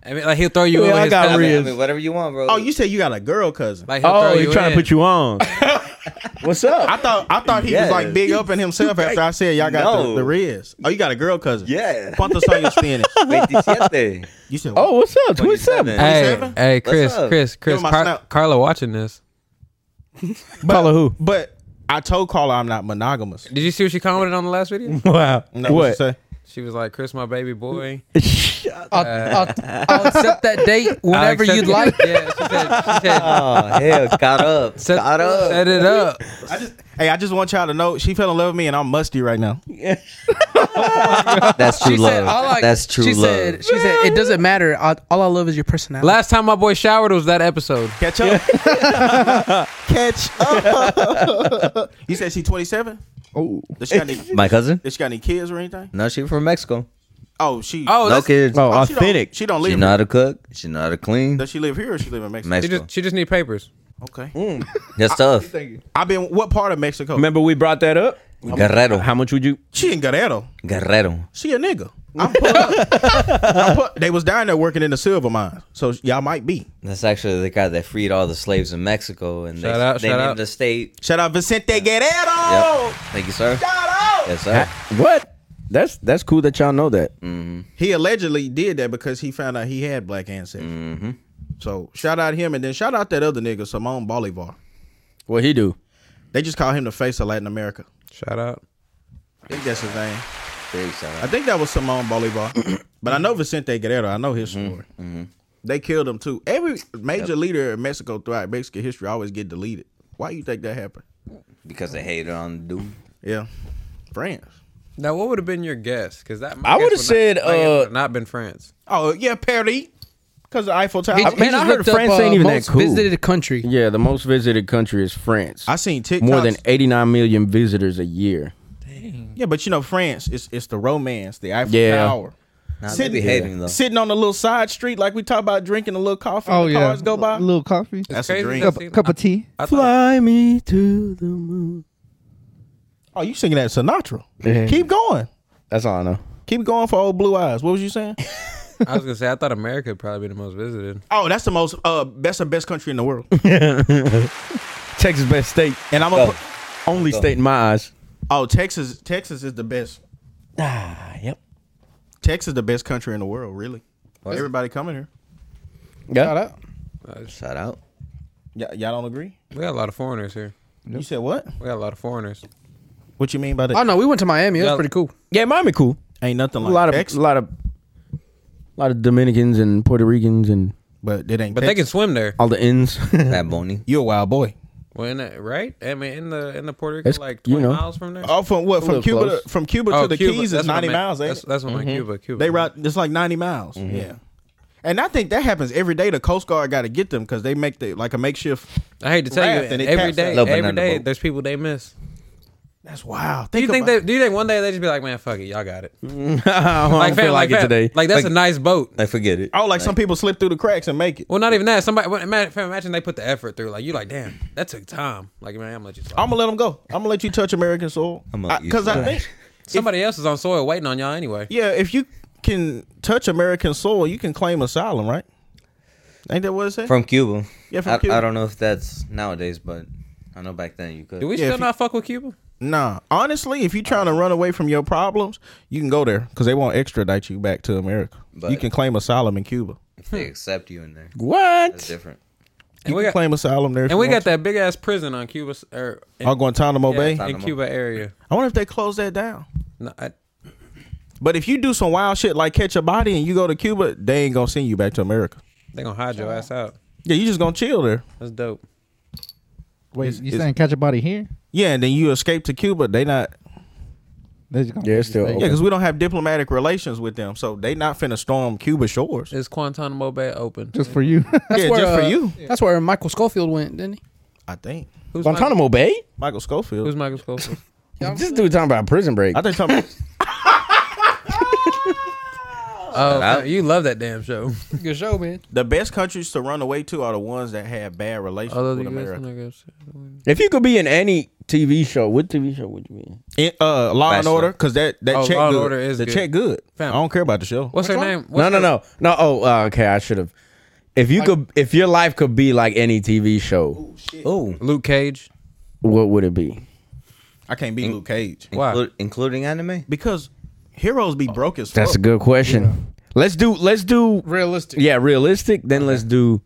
L: I mean, like he'll throw you
H: Yeah,
L: in.
H: I
L: With his
H: got
L: cousin.
E: I mean,
H: Is-
E: I mean, whatever you want, bro.
B: Oh, you said you got a girl cousin.
L: Like he'll
H: oh,
L: throw you
H: he trying
L: in.
H: to put you on. What's
B: I
H: up?
B: thought I thought he was like
E: Yes.
B: big up in himself after I said y'all got the,
E: No.
B: the ribs. Oh, you got a girl cousin.
E: Yeah.
B: Puntos años tienes?
E: 27.
B: You said
H: Oh, what's up?
E: 27.
B: 27?
H: 27.
L: Hey, hey, Chris,
E: up?
L: Chris, Chris,
B: Give him my
L: Car-
B: snap.
L: Carla watching this.
H: Follow who?
B: But I told Carla I'm not monogamous.
L: Did you see what she commented on the last video?
H: Wow.
B: No, what? you
H: what?
B: say?
L: She was like, "Chris, my baby boy."
F: I'll, I'll, I'll accept that date whenever
L: accept
F: you'd
L: it.
F: like.
L: Yeah, she said. She said
E: Oh, hell, caught up.
L: set,
E: caught up.
L: set it up.
B: Hey, I just want y'all to know she fell in love with me and I'm musty right now.
E: That's true
F: She
E: love.
F: said, all I,
E: That's true
F: she
E: love.
F: Said, she said, it doesn't matter. I, all I love is your personality.
L: Last time my boy showered was that episode.
B: Catch up. Catch up. you said she 27?
G: Oh,
B: Does she got any,
E: My cousin?
B: does she got any kids or anything?
E: No, she from Mexico.
B: Oh, she.
L: Oh,
E: No
L: that's,
E: kids.
H: Oh,
B: oh, she don't-
H: authentic.
B: She don't,
E: She
B: live.
E: know how to cook. She know how to clean.
B: does she live here or she live in Mexico?
L: she
E: Mexico.
L: just she just need papers.
B: Okay.
E: That's tough.
G: thank you.
B: I've been. What part of Mexico?
H: Remember we brought that up?
E: Guerrero.
H: How much would you?
B: She in Guerrero.
E: Guerrero.
B: She a nigga. I'm put up. I'm put- they was down there working in the silver mine, so y'all might be.
E: That's actually the guy that freed all the slaves in Mexico, and
L: Shout
E: they,
L: out,
E: they
L: shout
E: named
L: out.
E: the state.
B: Shout out Vicente Guerrero.
E: Yep.
B: Oh,
E: Thank you, sir. Yes, sir.
H: What? That's that's cool that y'all know that.
B: He allegedly did that because he found out he had black ancestors. So shout out him, and then shout out that other nigga Simone Bolivar.
H: What he do?
B: They just call him the face of Latin America.
L: Shout out.
B: I think that's his name.
E: Big shout
B: I
E: out.
B: think that was Simone Bolivar, but I know Vicente Guerrero. I know his story. They killed him too. Every major leader in Mexico throughout Mexican history always get deleted. Why you think that happened?
E: Because they hated on the dude.
B: Yeah, France.
L: Now, what would have been your guess? Because that my
H: I
L: guess
H: would've
L: not-
H: said,
L: my guess
H: uh,
L: would've not been France.
B: Oh yeah, Paris, because the Eiffel Tower.
F: He-
B: I,
F: he
H: man,
F: just
H: I heard
F: looked up, uh,
H: France ain't even that
F: most
H: cool.
F: Visited country.
H: Yeah, the most visited country is France.
B: I seen TikToks.
H: More than 89 million visitors a year.
B: yeah, but you know France. It's it's the romance, the Eiffel
H: Yeah.
B: Tower.
E: Nah, they
B: Sitting,
E: be hating though.
B: sitting on the little side street like we talk about drinking a little coffee.
G: Oh
B: when
G: yeah,
B: the cars go by.
G: A little coffee,
B: That's
L: crazy
B: a dream.
L: that-
G: cup, cup of tea.
L: I thought,
H: Fly me to the moon.
B: Oh, you singing that Sinatra?
H: Yeah.
B: Keep going.
H: That's all I know.
B: Keep going for old blue eyes. What was you saying?
L: I was gonna say I thought America would probably be the most visited.
B: oh, that's the most uh best the best country in the world.
H: Texas best state.
B: And I'm gonna put,
H: Only state in my eyes.
B: oh Texas Texas is the best.
H: Ah, yep.
B: Texas is the best country in the world. Really, everybody coming here.
H: Yeah.
B: Uh,
E: Shout out.
B: Y- y'all don't agree?
L: We got a lot of foreigners here.
B: You said what?
L: We got a lot of foreigners.
B: What you mean by that?
F: Oh no, we went to Miami. That's
L: Yeah.
F: pretty cool.
H: Yeah, Miami cool.
B: Ain't nothing
H: A
B: like
H: lot of
B: Texas,
H: a lot of a lot of Dominicans and Puerto Ricans and
B: but it ain't.
L: But they can swim there.
H: all the ends.
E: Bad Boney.
B: You a wild boy.
L: When right? I mean, in the in the Puerto Rico,
H: That's-
L: like
H: you
L: twenty
H: know.
L: miles from there.
B: Oh, from what? From
H: little
B: Cuba,
H: close.
B: to, from Cuba to the
L: Oh, Cuba.
B: Keys is
L: That's what I
B: ninety
L: meant.
B: miles. Ain't
L: That's,
B: it?
L: that's what my
H: Mm-hmm.
L: Cuba, Cuba.
B: they route. It's like ninety miles.
L: Mm-hmm.
B: Yeah. And I think that happens every day. The Coast Guard got to get them because they make the like a makeshift.
L: I hate to tell
B: raft
L: you,
B: and it
L: every
B: taps out.
L: day,
E: Little
L: every
E: banana
L: day,
E: boat.
L: there's people they miss.
B: That's wild.
L: Do you think
B: about-
L: they? Do you think one day they just be like, man, fuck it, y'all got it?
H: I don't
L: Like, fam,
H: feel like, it
L: fam,
H: today.
L: Like that's a nice boat.
E: I forget it.
B: Oh, like some people slip through the cracks and make it.
L: Well, not even that. Somebody, well, ima- fam, imagine they put the effort through. Like you, like damn, that took time. Like man, I'm gonna let you. Slide.
B: I'm gonna let them go. I'm gonna let you touch American soil
E: I'm gonna let you
B: because I,
E: slide.
B: think
L: Somebody else is on soil waiting on y'all anyway.
B: yeah, if you can touch American soil, you can claim asylum, right? Ain't that what it said?
E: From Cuba.
B: Yeah, from
E: I,
B: Cuba.
E: I don't know if that's nowadays, but I know back then you could.
L: Do we
B: Yeah,
L: still
B: if you-
L: not fuck with Cuba?
B: nah, honestly, if you're trying to run away from your problems, you can go there because they won't extradite you back to America.
E: But-
B: you can claim asylum in Cuba.
E: If they accept you in there, that's
H: What?
E: different.
L: And
B: You
L: we
B: can
L: got,
B: claim asylum there. if
L: and
B: you
L: we
B: want
L: got that big ass prison on Cuba s- or
B: to.
L: in,
B: on Guantanamo
L: yeah,
B: Bay.
L: in
E: Guantanamo.
L: Cuba area.
B: I wonder if they close that down.
L: No, I,
B: But if you do some wild shit like catch a body and you go to Cuba, they ain't gonna send you back to America.
L: they gonna hide your ass out.
B: Yeah, you just gonna chill there.
L: That's dope.
G: Wait, you saying catch a body here?
B: Yeah, and then you escape to Cuba. They not.
G: They just gonna
H: Yeah,
G: make
H: it's still
G: mistakes.
H: open.
B: Yeah, because we don't have diplomatic relations with them, so they not finna storm Cuba shores.
L: Is Guantanamo Bay open?
G: just for you.
F: That's
B: yeah,
F: where,
B: just for
F: uh,
B: you,
F: That's where Michael Schofield went, didn't he?
B: I think.
L: Who's Michael,
H: Guantanamo Bay?
B: Michael Schofield.
L: who's Michael Schofield?
H: This dude talking about prison break.
B: I think. Tom-
L: oh,
E: out.
L: you love that damn show.
F: Good show, man.
B: The best countries to run away to are the ones that have bad relations
L: Other
B: with
L: than you guys,
B: America.
L: niggas.
H: If you could be in any TV show, what TV show would you be in?
B: In, uh, Law and
E: Bachelor.
B: Order, because that that
L: Oh,
B: check
L: Law and
B: good.
L: Order is
B: the
L: good.
B: check good.
L: Fam.
B: I don't care about the show.
L: What's her name?
H: No, no,
L: What's her-
H: no, no. Oh, uh, okay. I should have. If you could, if your life could be like any TV show,
E: Ooh,
L: Luke Cage.
H: what would it be?
B: I can't be Luke Cage
L: Why?
E: inclu- including anime.
B: because heroes be broke as fuck.
H: That's a good question. Let's do. Let's do.
F: Realistic.
H: Yeah, realistic. Then let's do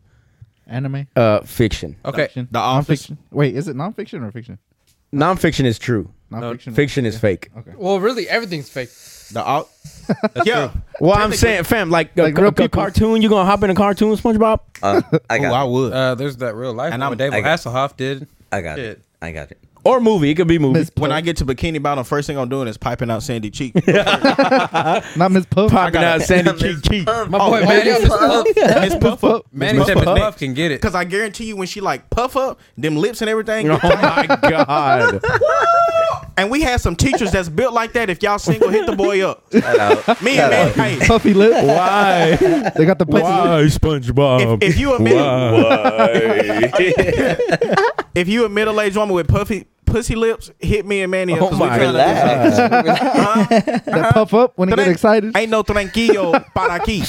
G: Anime.
H: uh fiction.
L: Okay.
G: Fiction.
B: The Office.
G: Fiction. Wait, is it nonfiction or fiction?
H: Nonfiction is true.
G: Nonfiction.
H: Fiction is fake.
F: Well, really, everything's fake.
B: The o- yeah.
H: Well, I'm saying, fam, like,
G: Like
H: a,
G: real
H: a
G: people.
H: cartoon. You gonna hop in a cartoon, SpongeBob?
E: Uh, I
B: Oh,
E: got.
B: I would.
L: Uh, there's that real life.
B: And
L: And i
B: I'm-
L: David
E: I got-
L: Hasselhoff did.
E: I got it.
L: Shit.
E: I got it.
H: Or movie. It could be movie.
G: Miss
B: when
G: Puff.
B: I get to Bikini Bottom, first thing I'm doing is piping out Sandy Cheek.
G: not Miss Puff.
H: Popping out Sandy
E: Miss
H: Cheek Cheek.
F: My boy Manny was
B: Miss Puff up.
L: Manny
B: Miss
L: said
B: Puff
L: Miss
B: up.
L: Puff can get it.
B: Because I guarantee you, when she like puff up them lips and everything,
H: Oh my god.
B: and we had some teachers that's built like that. If y'all single, hit the boy up.
E: Shout out.
B: Me and man, hey,
G: Puffy lip.
H: Why?
G: They got the places.
H: SpongeBob?
B: if, if you a middle, if you a middle aged woman with puffy pussy lips, hit me and Manny up.
H: Oh
B: 'cause we
H: my
B: tryna do
H: God.
B: something.
G: That puff up when they get
B: Tran-
G: excited.
B: Ain't no tranquillo para aquí.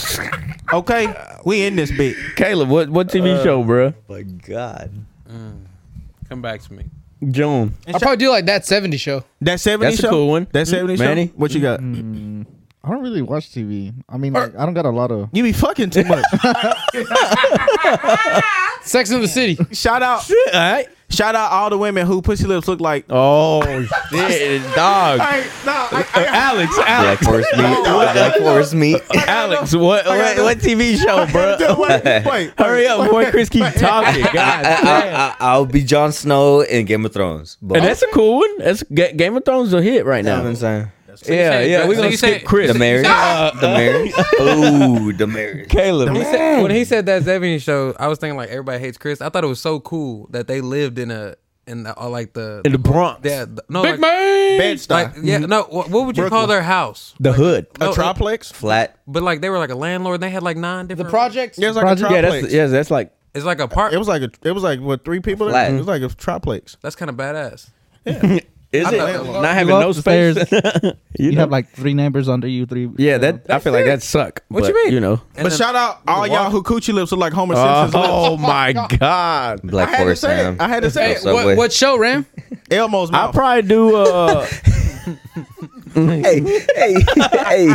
B: Okay, we in this bit.
H: Caleb, what what TV show, bruh?
E: My God.
L: Come back to me.
H: Joan.
F: I'll probably do like that 70 show.
B: That seventy
H: That's a
B: show.
H: cool one.
B: That seventy
H: Manny? Mm-hmm.
B: show. What you got?
G: I don't really watch TV. I mean, like, I don't got a lot of.
B: You be fucking too much.
F: Sex in the City.
B: shout out,
H: All right.
B: shout out all the women who pussy lips look like.
H: Oh shit, dog.
B: Hey, no, I, I,
H: Alex,
E: Black
H: Alex,
E: Forest Meat. Black Forest Meat.
H: Alex, what what, what TV show,
B: Dude,
H: bruh?
B: wait, wait, wait.
H: Hurry up, boy. Chris keep talking. God damn.
E: I, will be Jon Snow in Game of Thrones. But
H: And that's a cool one. That's Ga- Game of Thrones a hit right
E: You know what
H: now.
E: I'm saying?
H: Yeah,
L: saying-
H: yeah.
L: so
H: We're
L: you
H: gonna
L: saying-
H: skip Chris.
E: The marriage. the marriage. Ooh, the marriage.
H: Caleb.
L: He said, when he said that Zevany show, I was thinking like everybody hates Chris. I thought it was so cool that they lived in a in the, uh, like the
H: In the Bronx.
L: yeah the- no
F: Big
L: like,
F: man.
B: Bed
L: like
B: style.
L: yeah no what, what would you call
B: Brooklyn.
L: their house?
H: The hood.
B: A
L: No, it-
B: triplex?
E: Flat.
L: But like they were like a landlord. and They had like nine
F: The
L: different
F: projects.
B: Yeah, it was like
G: Project-
B: a
H: Yeah,
B: triplex.
H: that's yeah, that's like
L: It's like a park.
B: It was like a, it was like what three people?
E: Flat.
B: It was like a triplex.
L: That's kind of badass.
H: is it
B: thought-
H: not having
G: up
H: no
G: the
H: space?
G: You, have like three neighbors under you. Three.
H: Yeah, that I feel like that suck.
L: What
H: but,
L: you mean?
H: You know.
L: And
B: But
L: then-
B: shout out all y'all who coochie lips look like Homer Simpson's lips.
H: Oh my god.
B: I
E: Black
B: had to
E: Forest.
B: say
E: Man.
B: it. I had to say
F: Hey,
B: it.
E: Subway.
F: what, what show, Ram?
B: Elmo's
H: I'll
B: mouth.
H: probably do uh
E: hey, hey, hey.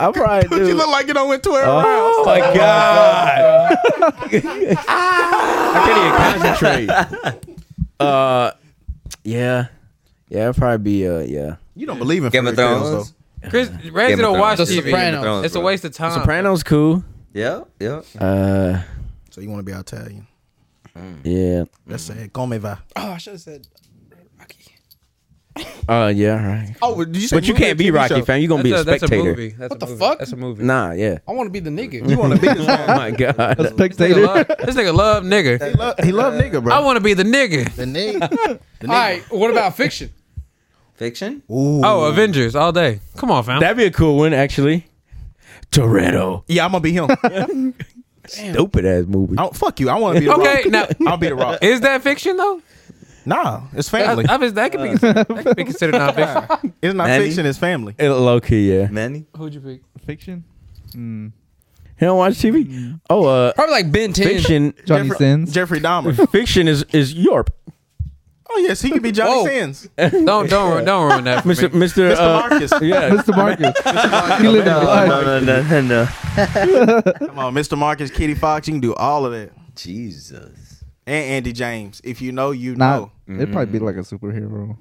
H: I'll probably
B: you
H: do
B: look like you don't went Twitter.
H: Oh my god. I can't even concentrate. Uh yeah. Yeah, it'll probably be uh yeah.
B: You don't believe in
E: Game of
B: fairy tales,
E: Thrones.
L: Chris
E: Game
L: Ramsey
E: of
L: don't watch
E: Thrones.
F: The
L: TV.
F: Sopranos.
E: Thrones,
L: It's a
E: bro.
L: waste of time.
H: Sopranos cool.
E: Yeah, yeah.
H: Uh
B: though. So you want to be Italian?
H: yeah.
B: That's sad. Come va.
F: Oh, I should have said Rocky.
H: Uh yeah, right.
B: Oh, did you say
H: But you can't be Rocky fan. You're gonna
L: That's,
H: be
L: a,
H: a
L: that's a
H: spectator.
L: movie. That's
F: What
L: a
F: the
L: movie.
F: fuck?
L: That's a movie.
H: Nah, yeah.
F: I want to be the nigga.
B: You want to be this
H: Oh my god.
L: This nigga, love,
G: Spectator.
L: this nigga love nigga.
B: love, he love nigga, bro.
L: I want to be the nigga.
B: the nigga.
F: All right, what about fiction?
E: Fiction?
L: Oh, Avengers all day. Come on, fam.
H: That'd be a cool one, actually. Toretto.
B: Yeah, I'm gonna be him. I
H: Stupid ass movie.
B: don't, fuck you. I want to be the
L: okay,
B: Rock.
L: now
B: I'll be the Rock.
L: is that fiction though?
B: Nah, it's
L: I,
B: family.
L: I was, that could be considered, that could be considered nonfiction.
B: It's not
E: Manny?
B: fiction. It's family.
H: It low key, yeah.
E: Manny?
F: Who'd you pick?
G: Fiction. Hmm.
H: He don't watch TV. Oh, uh,
F: Probably like Ben 10.
H: fiction.
G: Johnny
B: Jeffrey-
G: Sins.
B: Jeffrey Dahmer.
H: Fiction is is Yorp.
B: Oh yes, he could be Johnny
F: Whoa.
B: Sins.
L: Don't don't ruin, don't ruin that. For
H: Mr.
L: me.
H: Mr.
B: Mr.
H: Uh,
B: Marcus.
H: yeah.
G: Mr. Marcus. he lived his life.
E: no, no, no, no.
B: Come on, Mr. Marcus, Kitty Fox. You can do all of that.
E: Jesus.
B: And Andy James. If you know, you
G: Nah,
B: know.
G: it'd probably be like a superhero.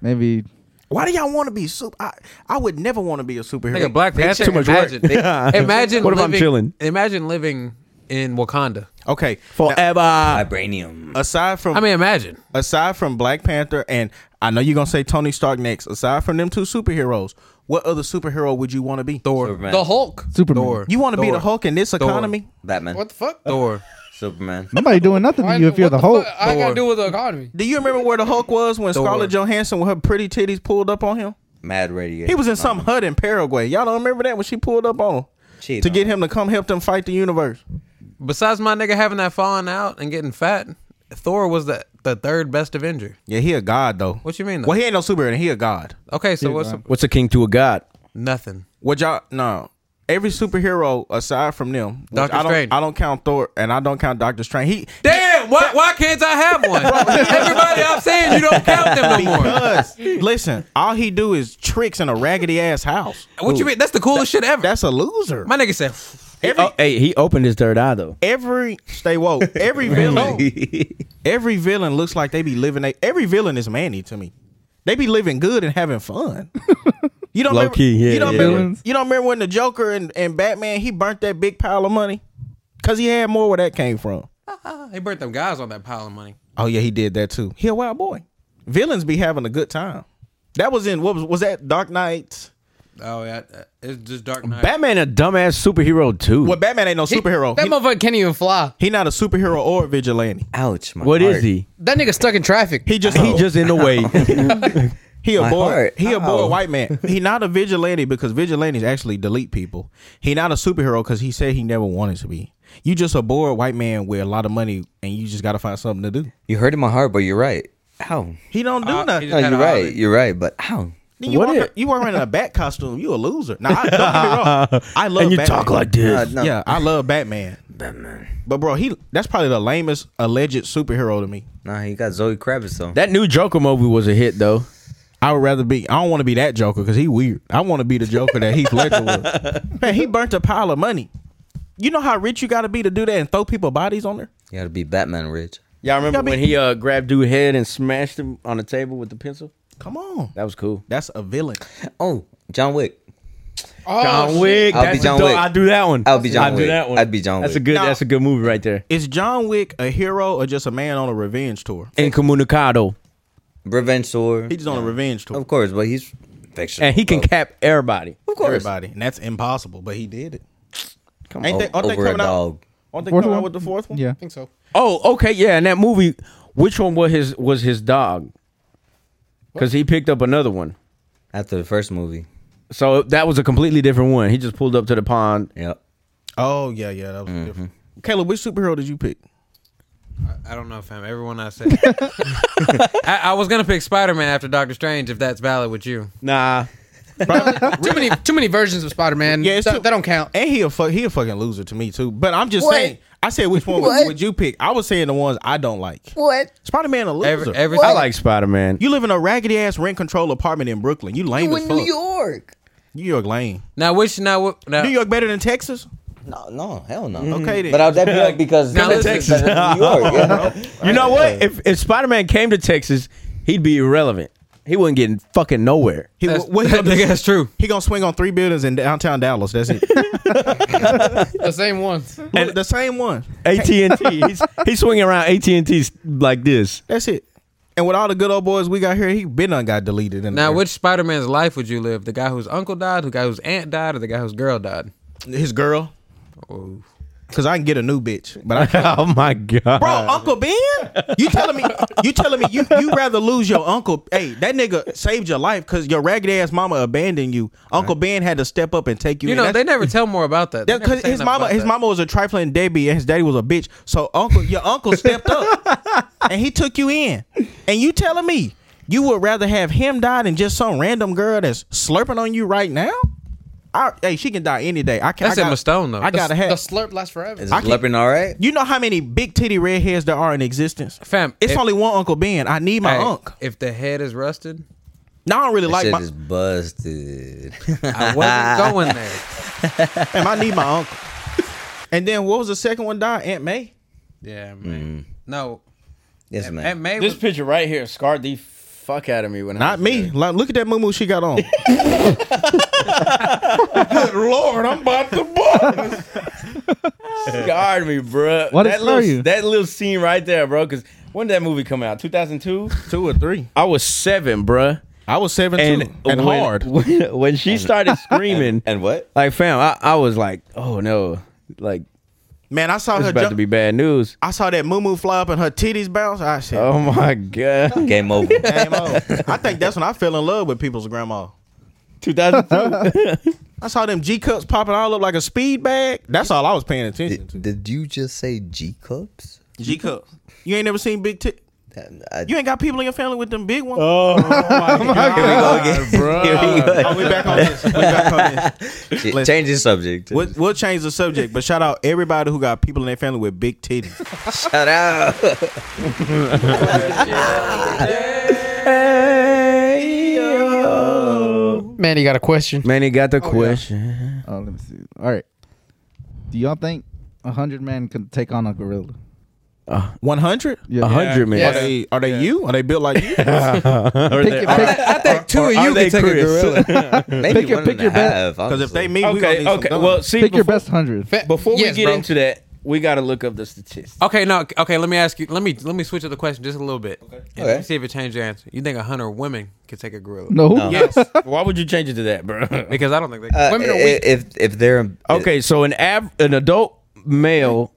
G: Maybe
B: Why do y'all want to be super? I, I would never want to be a superhero.
L: Nigga, Black Panther.
H: too much work.
L: imagine, imagine.
H: What if I'm
L: living-
H: chilling?
L: Imagine living in Wakanda.
B: Okay.
H: forever.
E: Vibranium.
B: Aside from
L: I mean, imagine.
B: aside from Black Panther and I know you're gonna say Tony Stark next. Aside from them two superheroes, what other superhero would you want to be?
L: Thor.
E: Superman.
F: The Hulk.
G: Superman.
L: Thor.
B: You want to be
L: Thor.
B: the Hulk in this economy?
E: Batman.
F: What the fuck?
L: Thor.
E: Superman.
G: Nobody doing nothing to you if you're
F: what
G: the Hulk.
F: fuck I gotta
L: Thor.
F: do with the economy.
B: Do you remember where the Hulk was when
L: Thor.
B: Scarlett Johansson with her pretty titties pulled up on him?
E: Mad radiator.
B: He was in some hut in Paraguay. Y'all don't remember that when she pulled up on him
E: Cheat
B: to
E: on
B: get him to come help them fight the universe.
L: Besides my nigga having that falling out and getting fat, Thor was the, the third best Avenger.
B: Yeah, he a god though.
L: What you mean? Though?
B: Well, he ain't no superhero. He a god.
L: okay, so what's
H: What's a king to a god?
L: nothing?
B: What y'all? No. Every superhero aside from them, which
L: Doctor
B: I don't,
L: Strange.
B: I don't count Thor, and I don't count Doctor Strange. He
L: Damn, why, why can't I have one? Everybody, I'm saying you don't count them no more.
B: Because listen, all he do is tricks in a raggedy ass house.
L: What you mean? That's the coolest shit ever.
B: That's a loser.
L: my nigga said,
B: Every
H: Oh, hey, he opened his third eye though.
B: every stay woke. Every villain, every villain looks like they be living. They, every villain is Manny to me. They be living good and having fun. You don't
H: Low
B: remember,
H: key, yeah,
B: you don't
H: yeah,
B: remember,
G: yeah.
B: you don't remember when the Joker and, and Batman he burnt that big pile of money because he had more where that came from.
L: he burnt them guys on that pile of money.
B: Oh yeah, he did that too. He a wild boy. Villains be having a good time. That was in what was was that Dark Knight?
L: Oh yeah, it's just Dark Knight.
H: Batman a dumbass superhero too.
B: Well, Batman ain't no superhero.
F: That
B: He-
F: motherfucker can't even fly.
B: He not a superhero or a vigilante.
E: Ouch. My
H: what
E: heart.
H: is he?
F: That nigga stuck in traffic.
B: He just
H: He just in the way.
B: he a
E: My
B: boy.
E: heart.
B: He a boy
E: Ow.
B: white man. He not a vigilante because vigilantes actually delete people. He not a superhero because he said he never wanted to be. You just a bored white man with a lot of money and you just gotta find something to do.
E: You hurting my heart, but you're right. Ow.
B: He don't do
L: Uh, he
B: nothing.
L: just-
E: No,
L: had
E: Oh, you're
L: a
E: right.
L: holiday.
E: You're right. But ow.
B: Then you,
H: What
B: walk,
H: if-
B: you walk around in a bat costume, you a loser. Now I, don't get me wrong. I love
H: and you
B: Batman.
H: talk like
E: Uh,
H: this.
E: no.
B: Yeah, I love Batman.
E: Batman.
B: But bro, he that's probably the lamest alleged superhero to me.
E: Nah, you got Zoe Kravitz though.
H: That new Joker movie was a hit though.
B: I would rather be. I don't want to be that Joker because he weird. I want to be the Joker that Heath Ledger was. Man, he burnt a pile of money. You know how rich you got to be to do that and throw people bodies on there.
E: you got to be Batman rich.
H: Y'all remember
B: Y'all be-
H: when he uh, grabbed dude head and smashed him on the table with the pencil?
B: Come on,
H: That was cool.
B: that's a villain.
E: Oh, John Wick.
F: Oh, shit.
E: I'll be John
H: dope-
E: Wick.
H: I do that one.
E: I'll be John
H: I do
E: Wick.
H: that one.
E: I'd be John
H: That's a
E: Wick.
H: good.
B: Now-
H: that's a good movie right there.
B: Is John Wick a hero or just a man on a revenge tour?
H: Incommunicado,
E: Revenge tour.
B: He's just on a revenge tour.
E: Of course, but he's fictional.
H: and he can
E: bro.
H: cap everybody.
E: Of course.
B: Everybody, and that's impossible, but he did it. Come on, ain't they,
E: O-
B: aren't they
E: over a
B: coming out?
E: dog.
B: Aren't they
G: Fourth
B: coming out
G: one?
B: with the fourth one?
G: Yeah.
F: I think so.
H: Oh, okay, yeah. And that movie, which one was his was his dog? Because he picked up another one,
E: After the first movie.
H: so that was a completely different one. He just pulled up to the pond.
E: Yep.
B: Oh yeah, yeah, that was
G: Mm-hmm.
B: different. Caleb, which superhero did you pick?
L: I don't know, fam. Everyone I said, I, I was gonna pick Spider Man after Doctor Strange if that's valid with you.
H: Nah,
F: Too many, too many versions of Spider Man.
B: Yeah, it's
F: that,
B: too-
F: that don't count.
B: And he a fuck, he a fucking loser to me too. But I'm just saying. I said which one would, would you pick? I was saying the ones I don't like. What? Spider Man a loser.
L: Every, every
H: I like Spider Man.
B: you live in a raggedy ass rent control apartment in Brooklyn. You lame as fuck. New York. New York lame.
L: now, which now, what- now
B: New York better than Texas?
E: No, no, hell no.
B: Mm-hmm. Okay then.
E: But I'll definitely like because
L: Now
E: Texas
L: listen.
E: is better than New York. yeah.
H: You know what? If if Spider Man came to Texas, he'd be irrelevant. He wouldn't get fucking nowhere.
B: he,
L: that's,
B: what he,
L: that
B: gonna
L: nigga,
B: do?
L: that's true.
B: he gonna swing on three buildings in downtown Dallas. That's it.
F: The same ones.
B: and the same one.
H: AT and T. He's he's swinging around AT and T's like this.
B: That's it. And with all the good old boys we got here, he been done got deleted. In
L: Now,
B: there.
L: which Spider Man's life would you live? The guy whose uncle died, the guy whose aunt died, or the guy whose girl died?
B: his girl? Because I can get a new bitch, but I can't.
H: Oh my god,
B: Bro, Uncle Ben, you telling me you telling me you you rather lose your uncle? Hey, that nigga saved your life because your ragged ass mama abandoned you. Uncle Ben had to step up and take you.
L: You
B: in.
L: know,
B: That's-
L: they never tell more about that. They
B: that-
L: never
B: cause
L: say
B: his
L: nothing
B: mama,
L: about
B: his
L: that.
B: mama was a trifling Debbie, and his daddy was a bitch. So uncle, your uncle stepped up, and he took you in. And you telling me you would rather have him die than just some random girl that's slurping on you right now? I, hey, she can die any day. I can't.
L: That's
B: I
L: Emma Stone, though.
B: I gotta
F: The
B: have.
F: slurp lasts forever.
E: Is
B: I can't-
E: Leopard all right?
B: You know how many big titty redheads there are in existence?
L: Fam,
B: It's
L: if-
B: only one Uncle Ben. I need my
L: Hey,
B: uncle.
L: If the head is rusted,
B: No, I don't really like
E: Shit
B: my
E: is busted.
L: I wasn't going there.
B: fam, I need my uncle. And then what was the second one die? Aunt May?
L: Yeah, man. No,
E: yes, man.
L: Aunt May
H: This
L: was
H: picture right here scarred the fuck out of me when I
B: Not
H: was
B: me.
H: there.
B: Like, look at that moo she got on.
H: Lord, I'm about to bust.
D: scarred me, bro.
G: Why'd it
D: that
G: scar
D: little,
G: you?
D: That little scene right there, bro. Because when did that movie come out? 2002?
B: Two or three.
D: I was seven, bro.
B: I was seven
D: And,
B: too, and
D: when,
B: hard.
D: When, when she started screaming,
E: And what?
D: like, fam, I, I was like, oh no. Like,
B: Man, I saw
D: this is
B: her
D: about to
B: jump.
D: be bad news.
B: I saw that moo moo fly up and her titties bounce. I said,
D: Oh my God.
E: Game over.
B: Game on. I think that's when I fell in love with people's grandma.
D: 2002.
B: I saw them G cups popping all up like a speed bag. That's all I was paying attention to.
E: did, did you just say G cups?
B: G cups. You ain't never seen big tit.
E: I,
B: You ain't got people in your family with them big ones.
L: Oh,
E: Here we go.
B: oh, we back on this. We back on this.
E: Ch- Change the subject.
B: We'll, we'll change the subject, but shout out everybody who got people in their family with big titties.
E: Shout out.
F: Man, you got a question.
D: Man, he got the question.
G: Oh, let me see. All right. Do y'all think a hundred men could take on a gorilla?
B: One hundred?
G: Yeah.
D: A hundred men.
B: Are they are they you? Are they built like you?
G: Pick, your- pick,
F: I think two of
D: are
F: you
D: they
F: can take a
D: Chris?
F: gorilla.
E: Maybe
G: Pick your-
E: one and
G: pick your
E: a
G: bet.
E: half,
B: Because if they
E: honestly.
B: meet, we gonna need
D: Okay,
B: some
D: okay.
B: dumb-
D: Well, see,
G: pick your
D: before-
G: best hundred.
F: Fa-
D: Before
F: yes,
D: we get
F: bro.
D: into that, we got to look up the statistics.
L: Okay, no. Okay, let me ask you. Let me let me switch up the question just a little bit. Okay. And let
E: Okay.
L: me see if it changed your answer. You think a hundred women could take a gorilla?
G: No.
L: Yes,
D: Why would you change it to that, bro?
L: because I don't think they. Can.
E: Uh,
F: Women are
E: i-
F: weak.
E: If if they're
D: okay, so an av- an adult male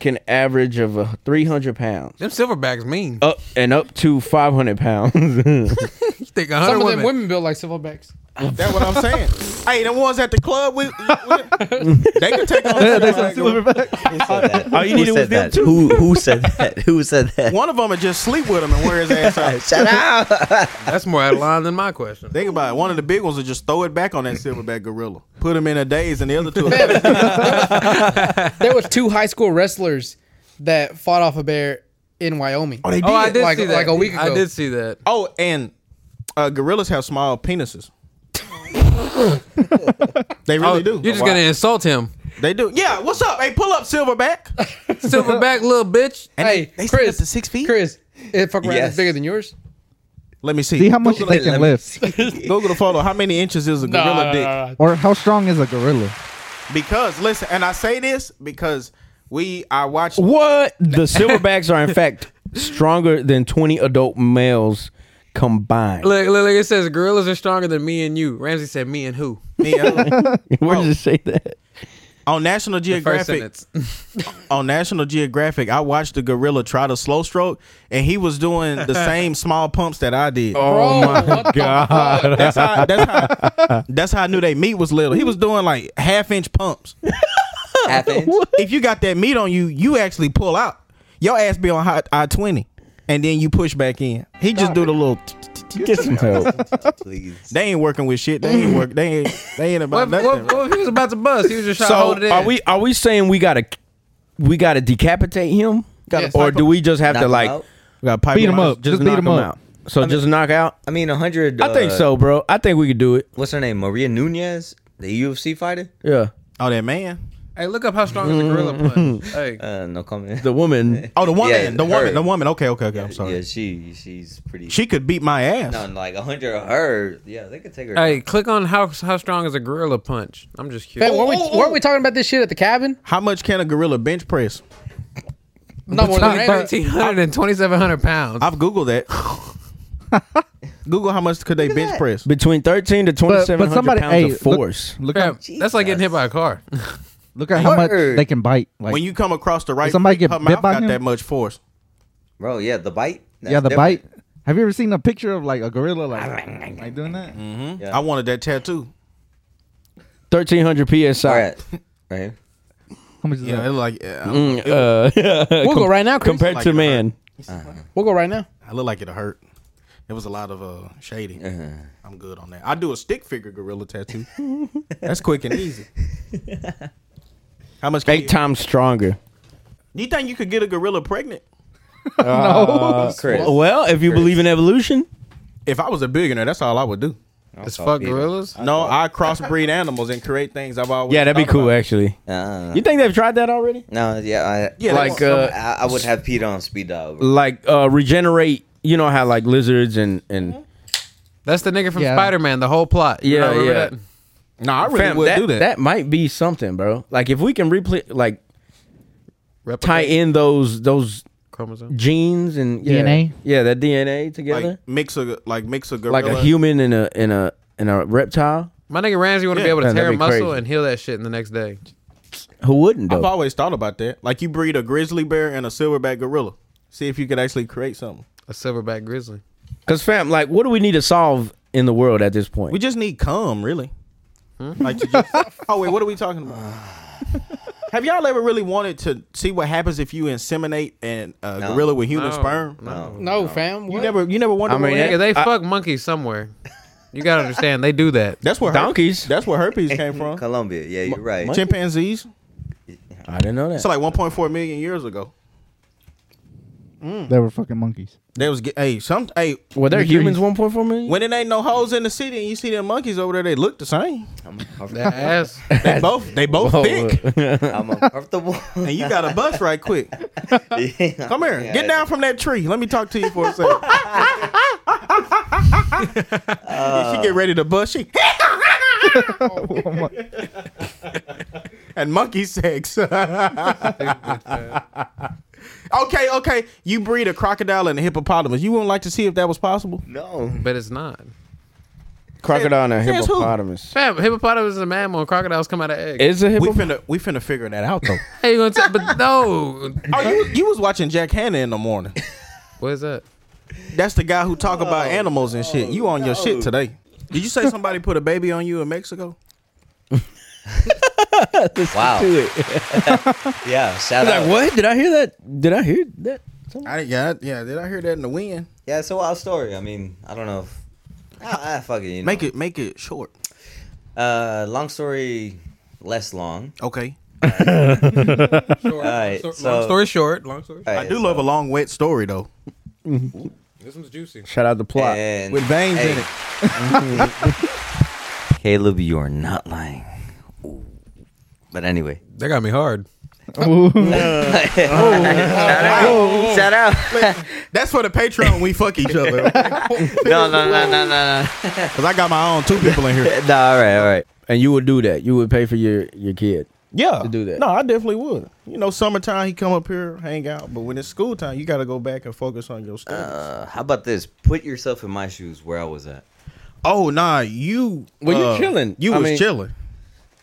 D: can average of uh, 300 pounds
L: them silverbacks mean.
D: up and up to 500 pounds.
L: you think a
F: Some
L: hundred
F: of them
L: women?
F: women built like silverbacks.
B: That's what I'm saying. hey, the ones at the club, we, we- they can take on.
D: All Oh, you needed was them two.
E: Who who said that? Who said that?
B: One of them would just sleep with him and wear his ass out.
E: Shout out.
L: That's more out of line than my question.
B: Think about it. One of the big ones would just throw it back on that silverback gorilla, put him in a daze, and the other two.
F: There was two high school wrestlers that fought off a bear in Wyoming.
B: oh, they did.
L: Oh, I did
F: Like-
L: see that.
F: like a week
L: I
F: ago.
L: did see that.
B: Oh, and uh, gorillas have small penises. they really
L: Oh,
B: do.
L: You're just gonna insult him,
B: They do. Yeah. What's up? Hey, pull up, silverback.
L: silverback little bitch.
F: hey, Chris,
B: six feet.
F: Chris, if fuck around,
E: Yes.
F: it's bigger than yours.
B: Let me see.
G: See how much
B: Google,
G: they can lift,
B: Google the photo. How many inches is a gorilla dick?
G: or how strong is a gorilla?
B: Because listen, and I say this because we I watched
D: What? The silverbacks are, in fact, stronger than 20 adult males combined.
L: Look, look, look, it says gorillas are stronger than me and you. Ramsey said me and who?
B: me, uh,
D: Where does it say that?
B: on National
L: First
B: Geographic.
L: sentence.
B: on National Geographic, I watched the gorilla try to slow stroke, and he was doing the same small pumps that I did.
F: Oh my god.
B: That's how, that's, how, that's how I knew they meat was little. He was doing like half inch pumps.
E: Half inch.
B: If you got that meat on you, you actually pull out. Your ass be on I twenty, and then you push back in. He just do the little. t- t- t-
D: Get some help.
E: Please.
B: They ain't working with shit. They ain't work. They ain't. They ain't
L: What,
B: about
L: what,
B: nothing.
L: what if he was about to bust? He was just trying to hold it
D: So
L: in.
D: are we are we saying we gotta we gotta decapitate him,
F: Gotta Yes.
D: or
F: pipe
D: do we just have
E: Knock
D: to
E: 'em
D: like
E: out.
B: Got pipe
G: Beat 'em
B: lines.
G: up. Just beat
D: knock
G: 'em
D: him
G: up.
D: out? So just knock out.
E: I mean, a hundred. uh,
D: I think so, bro. I think we could do it.
E: What's her name? Maria Nunez, the UFC fighter.
D: Yeah,
B: Oh, that man.
L: Hey, look up how strong is a gorilla punch. Hey,
E: Uh, no comment.
D: the woman.
B: Oh, the woman.
E: Yeah,
B: the woman.
E: her.
B: The woman. Okay, okay, okay. I'm sorry.
E: Yeah, she she's pretty.
B: She could beat my ass.
E: no, like a hundred of her. Yeah, they could take her.
L: hey, click on how how strong is a gorilla punch. I'm just
F: Hey,
L: curious.
F: weren't we, weren't we talking about this shit at the cabin?
B: How much can a gorilla bench press?
F: Not more than Randy.
L: 1,300 and 2,700 pounds.
B: I've googled that. Google how much could they bench press?
D: Between thirteen to twenty
G: But,
D: seven
G: but
D: hundred
G: somebody,
D: pounds
G: hey,
D: of force.
G: look, look,
L: Fam,
G: at,
L: that's like getting hit by a car.
G: look at how much
E: Word.
G: they can bite. Like,
B: When you come across the right,
G: Did somebody
B: freak,
G: get
B: her
G: bit
B: mouth
G: by
B: got
G: him?
B: that much force.
E: bro, yeah, the bite. That's
G: yeah, the
E: different.
G: bite. Have you ever seen a picture of like a gorilla like, like doing that?
E: Yeah.
B: I wanted that tattoo.
D: Thirteen hundred psi.
E: All right, right here.
G: How much is
B: Yeah, it
G: that?
B: look like yeah,
D: Mm, uh,
F: We'll go
D: com-
F: right now, Chris.
D: Compared
B: Like
D: to
B: her.
D: man,
F: We'll go right now.
B: I look like it hurt. It was a lot of uh shading.
D: Uh-huh.
B: I'm good on that. I do a stick figure gorilla tattoo. That's quick and easy. How much? Can
D: eight
B: you,
D: times stronger.
B: you think you could get a gorilla pregnant?
E: Chris.
D: Well, if you believe in evolution,
B: If I was a billionaire, that's all I would do.
L: It's fuck gorillas.
B: No, I crossbreed animals and create things I've always.
D: yeah, that'd be
B: thought
D: cool.
B: about.
D: Actually,
E: Uh,
D: you think they've tried that already?
E: no, yeah, I,
B: Yeah,
E: like
B: like
D: Like, uh,
E: I, I would have Peter on speed dial. bro.
D: like uh, regenerate. You know how like lizards and and
L: That's the nigga from
G: Yeah.
L: Spider Man, the whole plot. You
D: Yeah,
L: know, remember
D: yeah.
L: that?
B: no, I really
D: Fam,
B: would
D: that,
B: do that.
D: might be something, bro. Like if we can replay, like
H: tie
L: replicate
H: in those those
L: chromosomes.
H: genes and yeah,
G: DNA?
H: Yeah, that DNA together,
B: Like mix a like mix a gorilla.
H: like, a human and a and a and a reptile.
L: My nigga Ramsey want to
B: Yeah,
L: be able to
H: man,
L: tear a
H: that'd be
L: muscle
H: crazy.
L: and heal that shit in the next day.
H: Who wouldn't
B: I've
H: though?
B: always thought about that. Like you breed a grizzly bear and a silverback gorilla. See if you could actually create something.
L: A silverback grizzly.
H: Because fam, like, what do we need to solve in the world at this point?
B: We just need cum, really.
H: Hmm?
B: Like to just, oh wait, what are we talking about? Have y'all ever really wanted to see what happens if you inseminate an uh,
E: No.
B: gorilla with human
L: No,
B: sperm?
E: No.
F: No, fam. What?
B: You never, you never wondered.
H: I mean,
B: what-
L: Nigga, they
H: I-
L: fuck monkeys somewhere. You gotta understand, they do that.
B: that's where her-
H: donkeys.
B: that's where herpes came from.
E: Colombia. Yeah, you're right.
B: Chimpanzees.
H: I didn't know that.
B: It's like 1.4 million years ago.
G: They were fucking monkeys.
B: They was get, hey some hey
H: Were there
G: You sure
H: humans
G: you-
H: 1.4 million?
B: when it ain't no hoes in the city and you see them monkeys over there, they look the same.
E: I'm
L: That
E: uncomfortable.
L: ass.
B: They both they
H: Oh,
B: both thick.
E: I'm uncomfortable.
B: And you got a bus right quick. Come here. Get down from that tree. Let me talk to you for a second. she get ready to bust. She and monkey sex. okay, okay. You breed a crocodile and a hippopotamus. You wouldn't like to see if that was possible?
E: No.
L: But it's not.
H: Crocodile and a
B: Says who?
H: hippopotamus.
L: Fam, hippopotamus is a mammal. and Crocodiles come out of eggs.
H: It's a
B: We
H: hippopotamus.
B: finna we finna figure that out though.
L: How you gonna tell? But no.
B: oh, you, you was watching Jack Hanna in the morning.
L: What is that?
B: That's the guy who talk about animals and shit. You on your shit
E: no.
B: today. Did you say somebody put a baby on you in Mexico?
E: Wow. Yeah. Shout out.
H: Like what? Did I hear that? Did I hear that?
B: I yeah, I- yeah. Did I hear that in the wind?
E: Yeah, it's a wild story. I mean, I don't know if. Ah, ah, fuck it. You know.
B: Make it make it short.
E: Uh, long story less long.
B: Okay.
L: Short,
E: All right.
L: Long
E: so,
L: story short. Long story.
E: all
B: I
E: right,
B: do
E: so-
B: love a long wet story though.
L: This one's juicy.
H: Shout out the plot.
E: And-
B: With veins in
E: hey.
B: it.
E: Caleb, you are not lying. Ooh. But anyway,
L: That got me hard.
E: shout out, shout out.
B: That's for the Patreon we fuck each other.
E: no, no, no, no, no, no.
B: Cause I got my own two people in here.
E: No, all right, all right.
H: And you would do that. You would pay for your your kid.
B: Yeah.
H: To do that.
B: No, I definitely would. You know, summertime he come up here, hang out, but when it's school time, you gotta go back and focus on your studies.
E: Uh, how about this? Put yourself in my shoes, where I was at.
B: oh nah, you
H: Well, you
B: uh,
H: chilling.
B: You
H: I
B: was
H: mean-
B: chilling.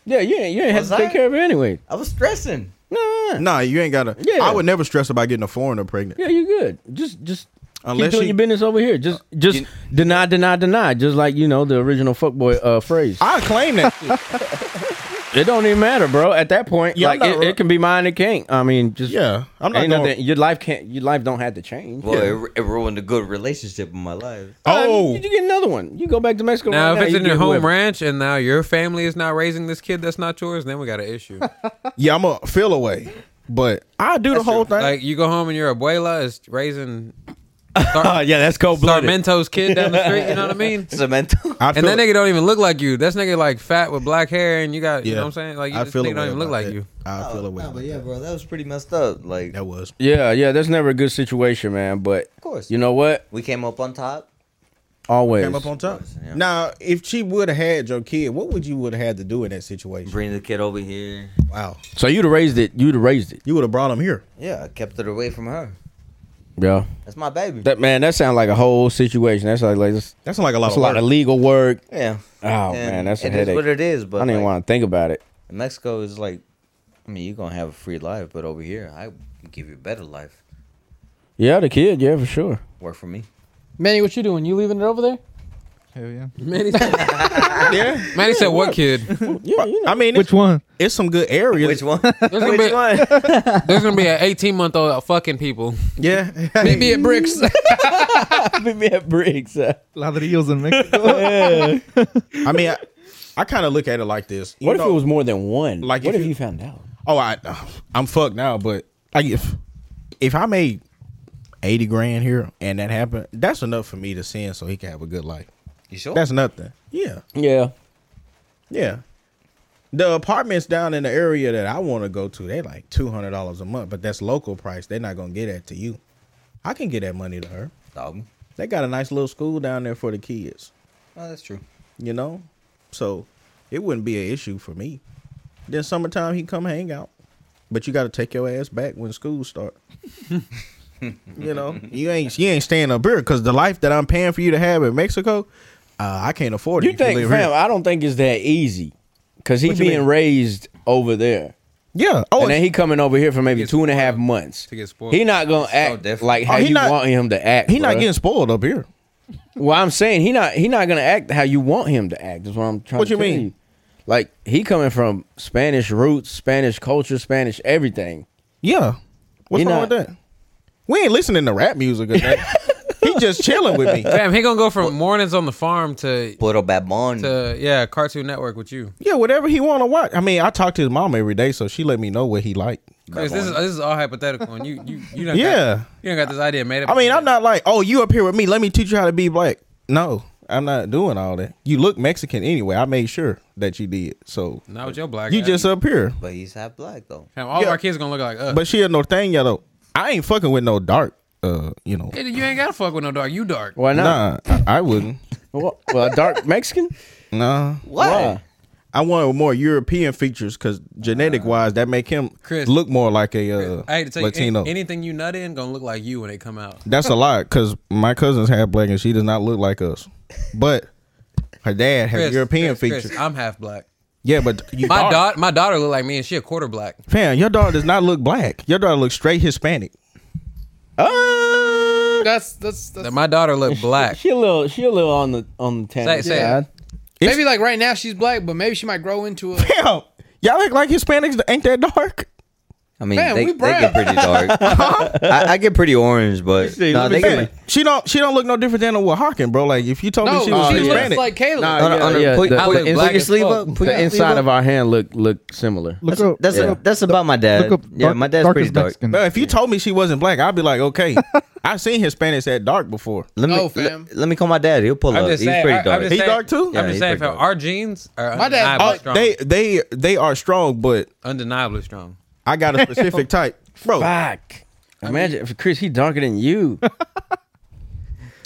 H: Yeah, you ain't, you ain't have
E: Was
H: to take
E: I?
H: care of it anyway.
E: I was stressing.
H: Nah, nah.
B: Nah, you ain't gotta.
H: Yeah.
B: I would never stress about getting a foreigner pregnant.
H: Yeah, you good. Just just
B: Unless
H: keep doing
B: you- Uh,
H: your business over here. Just just
E: you-
H: deny, deny, deny. Just like you know the original fuckboy uh, phrase.
B: I claim that. shit.
H: it don't even matter, bro. At that point,
B: Yeah, I'm
H: like
B: not
H: it,
B: ru-
H: it can be mine. It can't. I mean, just
B: yeah, I'm not
H: ain't
B: going.
H: nothing. Your life can't. Your life don't have to change.
E: Well, it, it ruined a good relationship in my life.
B: Oh,
H: you, you get another one. You go back to Mexico.
L: Now,
H: right
L: if it's
H: you
L: in your
H: get
L: home
H: whoever.
L: ranch and now your family is not raising this kid that's not yours, then we got an issue.
B: yeah, I'm a feel away, but I do the whole thing.
L: like you go home and your abuela is raising
H: Oh,
L: Uh,
H: yeah, that's cold blooded.
L: Sarmento's kid down the street. You know what I mean?
E: Cemento.
B: I
L: And
B: feel-
L: that nigga don't even look like you. That's nigga like fat with black hair, and you got you
B: Yeah.
L: know what I'm saying. Like you
B: I
L: just
B: feel
L: nigga
B: away
L: don't even look
B: about
L: like
B: that.
L: you.
B: I
H: Oh,
B: feel away.
E: No,
B: about
E: but yeah,
B: that.
E: bro, that was pretty messed up. Like,
B: That was.
H: Yeah, yeah, that's never a good situation, man. But
E: of course,
H: you know what?
E: we came up on top.
H: Always.
B: Came up on top.
E: Yeah.
B: Now, if she would have had your kid, what would you would have had to do in that situation?
E: Bring the kid over here.
B: Wow,
H: So you'd have raised it. You'd have raised it.
B: you would have brought him here.
E: Yeah, I kept it away from her.
H: Yeah.
E: That's my baby.
H: That man, that sounds like a whole situation. That's like, like that's,
B: That's like a lot
H: that's
B: of
H: a lot
B: work.
H: of legal work.
E: yeah.
H: Oh man, that's a
E: It is
H: headache.
E: what it is.
H: I
E: But
H: don't even
E: like,
H: want to think about it.
E: Mexico is like, I mean, you're gonna have a free life, but over here, I give you a better life.
H: Yeah, the kid. Yeah, for sure.
E: Work for me.
F: Manny, what you doing? You leaving it over there?
G: Hell yeah.
L: Manny said,
B: yeah,
L: Manny said what kid?
H: Yeah, you know.
B: I mean, it's,
G: Which one?
B: it's some good areas.
E: Which one?
L: There's gonna, be, there's gonna be an 18 month old fucking people.
B: Yeah,
F: Me be at bricks.
H: Meet me at Briggs. uh,
G: Ladrillos in Mexico.
B: I mean, I, I kind of look at it like this. You
H: What if
B: know-
H: it was more than one?
B: like,
H: Like, what
B: if
H: if,
B: you-
H: you found out?
B: Oh, I, I'm fucked now. But like, if if I made eighty grand here and that happened, that's enough for me to send so he can have a good life.
E: You sure?
B: That's nothing. Yeah,
H: Yeah.
B: yeah. The apartments down in the area that I want to go to, they like two hundred dollars a month, but that's local price. They're not gonna get that to you. I can get that money to her.
E: Dog.
B: They got a nice little school down there for the kids.
E: Oh, that's true.
B: you know so it wouldn't be an issue for me then summertime he come hang out But you got to take your ass back when school start. you know, you ain't you ain't staying up here because the life that I'm paying for you to have in Mexico, uh, I can't afford it.
H: You
B: if
H: think,
B: live
H: fam?
B: here.
H: I don't think it's that easy because he
B: What you
H: being
B: mean?
H: raised over there,
B: Yeah. Oh,
H: and then
B: it's-
H: he coming over here for maybe
L: Gets
H: two and a half
L: spoiled.
H: months.
L: To get spoiled.
H: He not gonna act
E: different.
H: like how
B: he
H: you
B: not-
H: want him to act.
B: he not
H: bruh.
B: getting spoiled up here.
H: Well, I'm saying he not he not gonna act how you want him to act. That's what I'm trying.
B: What
H: to
B: you
H: tell
B: mean?
H: Like he coming from Spanish roots, Spanish culture, Spanish everything.
B: Yeah. What's
H: He
B: wrong
H: not-
B: with that? We ain't listening to rap music. or nothing. he just chilling with me.
L: Damn, he gonna go from mornings on the farm to
E: Puro Babon.
L: to yeah, Cartoon Network with you.
B: Yeah, whatever he want to watch. I mean, I talk to his mom every day, so she let me know what he like.
L: 'Cause this is this is all hypothetical, and you you you don't
B: Yeah.
L: got, you don't got this idea made up.
B: I mean, I'm not like, oh, you up here with me. Let me teach you how to be black. No, I'm not doing all that. You look Mexican anyway. I made sure that you did. So
L: not with your black.
B: you
L: ass.
B: just up here.
E: But he's half black though.
L: Damn, all
B: Yeah.
L: our kids gonna look like us.
B: But she a Norteña though. I ain't fucking with no dark. Uh, you know.
L: Hey, you ain't gotta fuck with no dog. You dark.
H: Why not?
B: Nah, I, I wouldn't.
H: Well, well, a dark Mexican.
B: Nah.
E: What?
H: Why?
B: I want more European features because genetic wise, that make him
L: Chris.
B: look more like a uh,
L: I hate to tell
B: Latino.
L: you, any- anything you nut in gonna look like you when it come out.
B: That's a lot because my cousin's half black and she does not look like us, but her dad has
L: Chris,
B: European
L: Chris, Chris,
B: features.
L: I'm half black.
B: Yeah, but you
L: My
B: daughter-
L: daughter, my daughter look like me, and she a quarter black.
B: Fam, your daughter does not look black. Your daughter looks straight Hispanic. Uh,
F: That's that's, that's
L: That my daughter look black.
H: She a little she a little on the on the
L: Say-
H: tan
L: say it.
H: side.
F: maybe like right now she's black, but maybe she might grow into a.
B: damn, y'all look like Hispanics that ain't that dark.
E: I mean,
F: Man,
E: they,
F: we
E: they
F: brown.
E: get pretty dark. I, I get pretty orange, but
H: see,
E: no,
H: let me
E: they
H: see.
E: get.
B: Fam, she don't she don't look no different than a Hawking, bro. Like if you told
F: No,
B: me she
F: she,
B: was
H: Oh, yeah.
F: looks
B: Hispanic,
F: like Caleb.
H: Nah,
E: On a- on a-
H: yeah,
E: put-
H: the-
E: put-
L: I look
E: put your
L: black as
E: sleeve up.
L: fuck.
E: Put your
H: The inside of our hand look look similar.
G: Look up.
E: That's
G: look
E: a,
G: up
E: that's about my dad.
G: Look up
E: yeah,
G: dark-
E: my dad's
G: darkest
E: pretty dark.
G: Mexican.
B: bro, if you told me she wasn't black, I'd be like, okay. I've seen Hispanics that dark before.
E: Let me
F: No,
E: le-
F: fam.
E: let me call my dad. He'll pull
L: I'm
E: up.
L: just
E: He's
L: saying.
E: pretty
L: I,
E: dark.
L: am just
B: He
L: saying,
B: dark too?
L: I'm
E: Yeah,
L: just
E: he's pretty
L: saying, fam,
E: dark.
L: our genes are
F: My dad-
L: undeniably
B: Oh,
L: strong.
B: they they they are strong, but
L: undeniably strong.
B: I got a specific type, bro.
H: Fuck. Imagine if Chris he darker than you.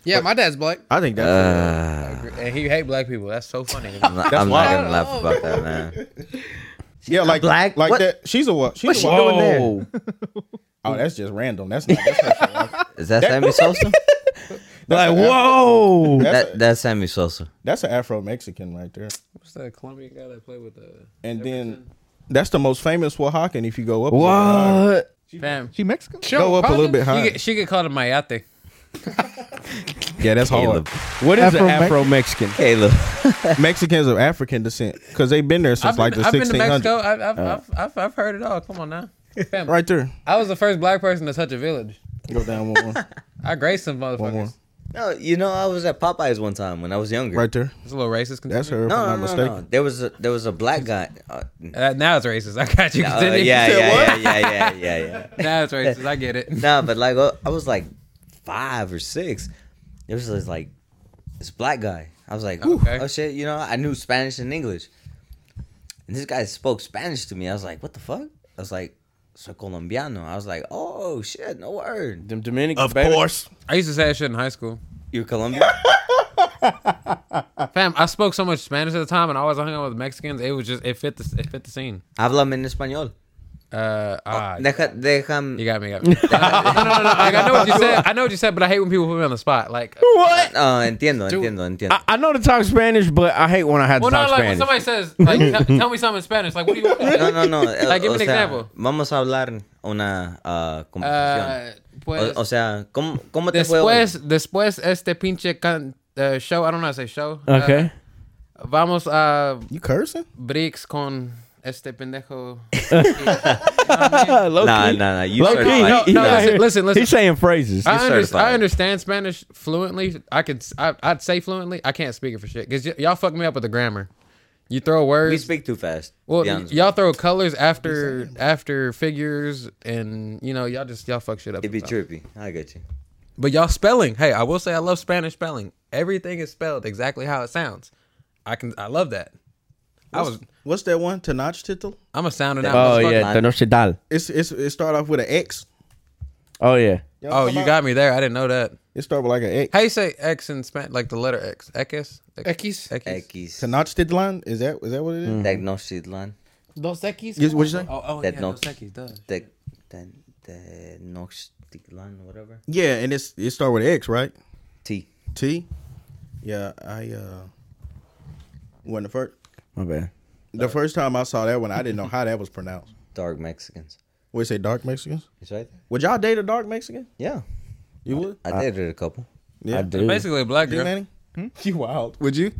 F: yeah, my dad's black.
B: I think that's
E: Uh,
L: And he hate black people. That's so funny.
E: I'm not, I'm not
B: wild.
E: gonna laugh about that, man.
B: yeah, like
E: black?
B: like
E: What-
B: that. She's a what? She's
E: What's
B: a
E: she doing there?
B: Oh, that's just random. That's not. That's, her shit.
E: Is that Sammy Sosa?
H: Like whoa.
B: that's,
E: that
B: a,
E: that's Sammy Sosa.
B: that's an Afro Mexican right there.
L: What's that Colombian guy that played with uh, the
B: And then that's the most famous Oaxacan. If you go up, a
E: Uh,
B: little higher.
H: What?
L: fam?
G: She Mexican?
B: Go up a little bit
L: She
B: higher.
L: get, she get called a mayate.
B: Yeah, that's hard.
E: Caleb.
H: What is an
G: Afro-Mex-
H: Afro Mexican?
E: Caleb.
B: Mexicans of African descent because they've been there since
L: I've been,
B: like the
L: I've been to
B: 1600s.
L: Mexico. I've, I've, I've, I've, I've heard it all. Come on now. Fam,
B: Right there.
L: I was the first black person to touch a village.
B: Go down one more.
L: I graced some motherfuckers.
B: One more.
E: No, you know I was at Popeyes one time when I was younger.
B: Right there.
L: It's a little racist. Continue.
B: That's her. If
E: No,
B: I'm
E: no,
B: not
E: no,
B: mistaken.
E: no. There was a, there was a black guy. Uh, uh,
L: Uh, now it's racist. I got you.
E: yeah,
L: Continue.
E: yeah, yeah, yeah, yeah, yeah, yeah.
L: Now it's racist. I get it.
E: nah, but like uh, I was like five or six. There was this like this black guy. I was like,
L: Okay.
E: oh shit, you know, I knew Spanish and English, and this guy spoke Spanish to me. I was like, what the fuck? I was like, soy colombiano. I was like, oh shit, no word.
H: Them Dominican Of course.
L: I used to say that shit in high school.
E: You're Colombian?
L: Fam, I spoke so much Spanish at the time, and I always hung out with Mexicans. It was just it fit the it fit the scene.
E: Háblame en español.
L: Uh, ah,
E: Deja, um, déjame.
L: you got me. You got me. no, no, no, no, no. Like, I know what you said. I know what you said, but I hate when people put me on the spot. Like,
H: What?
E: Oh, entiendo, entiendo, entiendo.
H: I, I know to talk Spanish, but I hate when I have to
L: well, no,
H: talk
L: like when
H: Spanish.
L: somebody says, like, t- tell me something in Spanish. Like, what do you want?
E: No, no, no. eh,
L: Like, give
E: o
L: me an
E: sea,
L: example.
E: Vamos a hablar una ah,
L: Uh,
E: conversación.
L: pues,
E: o, o sea, ¿cómo, cómo te fue hoy?
L: después, después este pinche can, uh, show. I don't know how to say show. Uh,
H: okay.
L: vamos a
B: You cursing?
L: Bricks con este pendejo.
H: Uh, low
E: Nah,
H: key.
E: nah, nah. You
H: Low
E: started
H: key.
E: like-
H: He-
L: no,
H: he out
L: listen,
H: here-
L: listen, listen.
H: He's saying phrases.
L: I, under-
E: certified.
L: I understand Spanish fluently. I could, I, I'd say fluently. I can't speak it for shit because y- y'all fuck me up with the grammar. You throw
E: We
L: words.
E: speak too fast.
L: well,
E: be
L: y-
E: honest with
L: y'all throw colors after after figures, and you know y'all just y'all fuck shit up.
E: you. It be
L: So.
E: trippy. I get you.
L: But y'all spelling. Hey, I will say I love Spanish spelling. Everything is spelled exactly how it sounds. I can, I love that. I was,
B: What's that one? Tanach title?
L: I'm a sounding out.
H: Oh
L: motherfucker.
H: yeah, Tenochtitlan.
B: It's it's it start off with an X.
H: Oh yeah.
B: know what
L: Oh,
B: I'm
L: you
B: talking
L: got me there. I didn't know that.
B: about? It start with like an X.
L: How you say X in Spanish? Like the letter X. X. X.
F: Ekis.
L: X.
E: X.
H: Mm.
B: Tanach titlan? Is that is that what it is?
E: Tenochtitlan.
F: Dos Equis?
B: You- what'd you say?
L: Oh, oh
E: That
L: yeah,
E: don't-
L: Dos Equis does.
E: The the the Nox Tiglan whatever.
B: Yeah, and it's it start with X, right?
E: T.
B: T. Yeah, I uh when the first
E: My bad.
H: Uh.
B: the first time I saw that one, I didn't know how that was pronounced.
E: Dark Mexicans.
B: What you say, dark Mexicans?
E: It's right there.
B: Would y'all date a dark Mexican?
E: Yeah.
B: You would?
E: I dated a couple.
B: Yeah.
H: do.
L: Basically, a black
B: You,
L: girl.
B: Manny?
G: You wild.
B: Would you?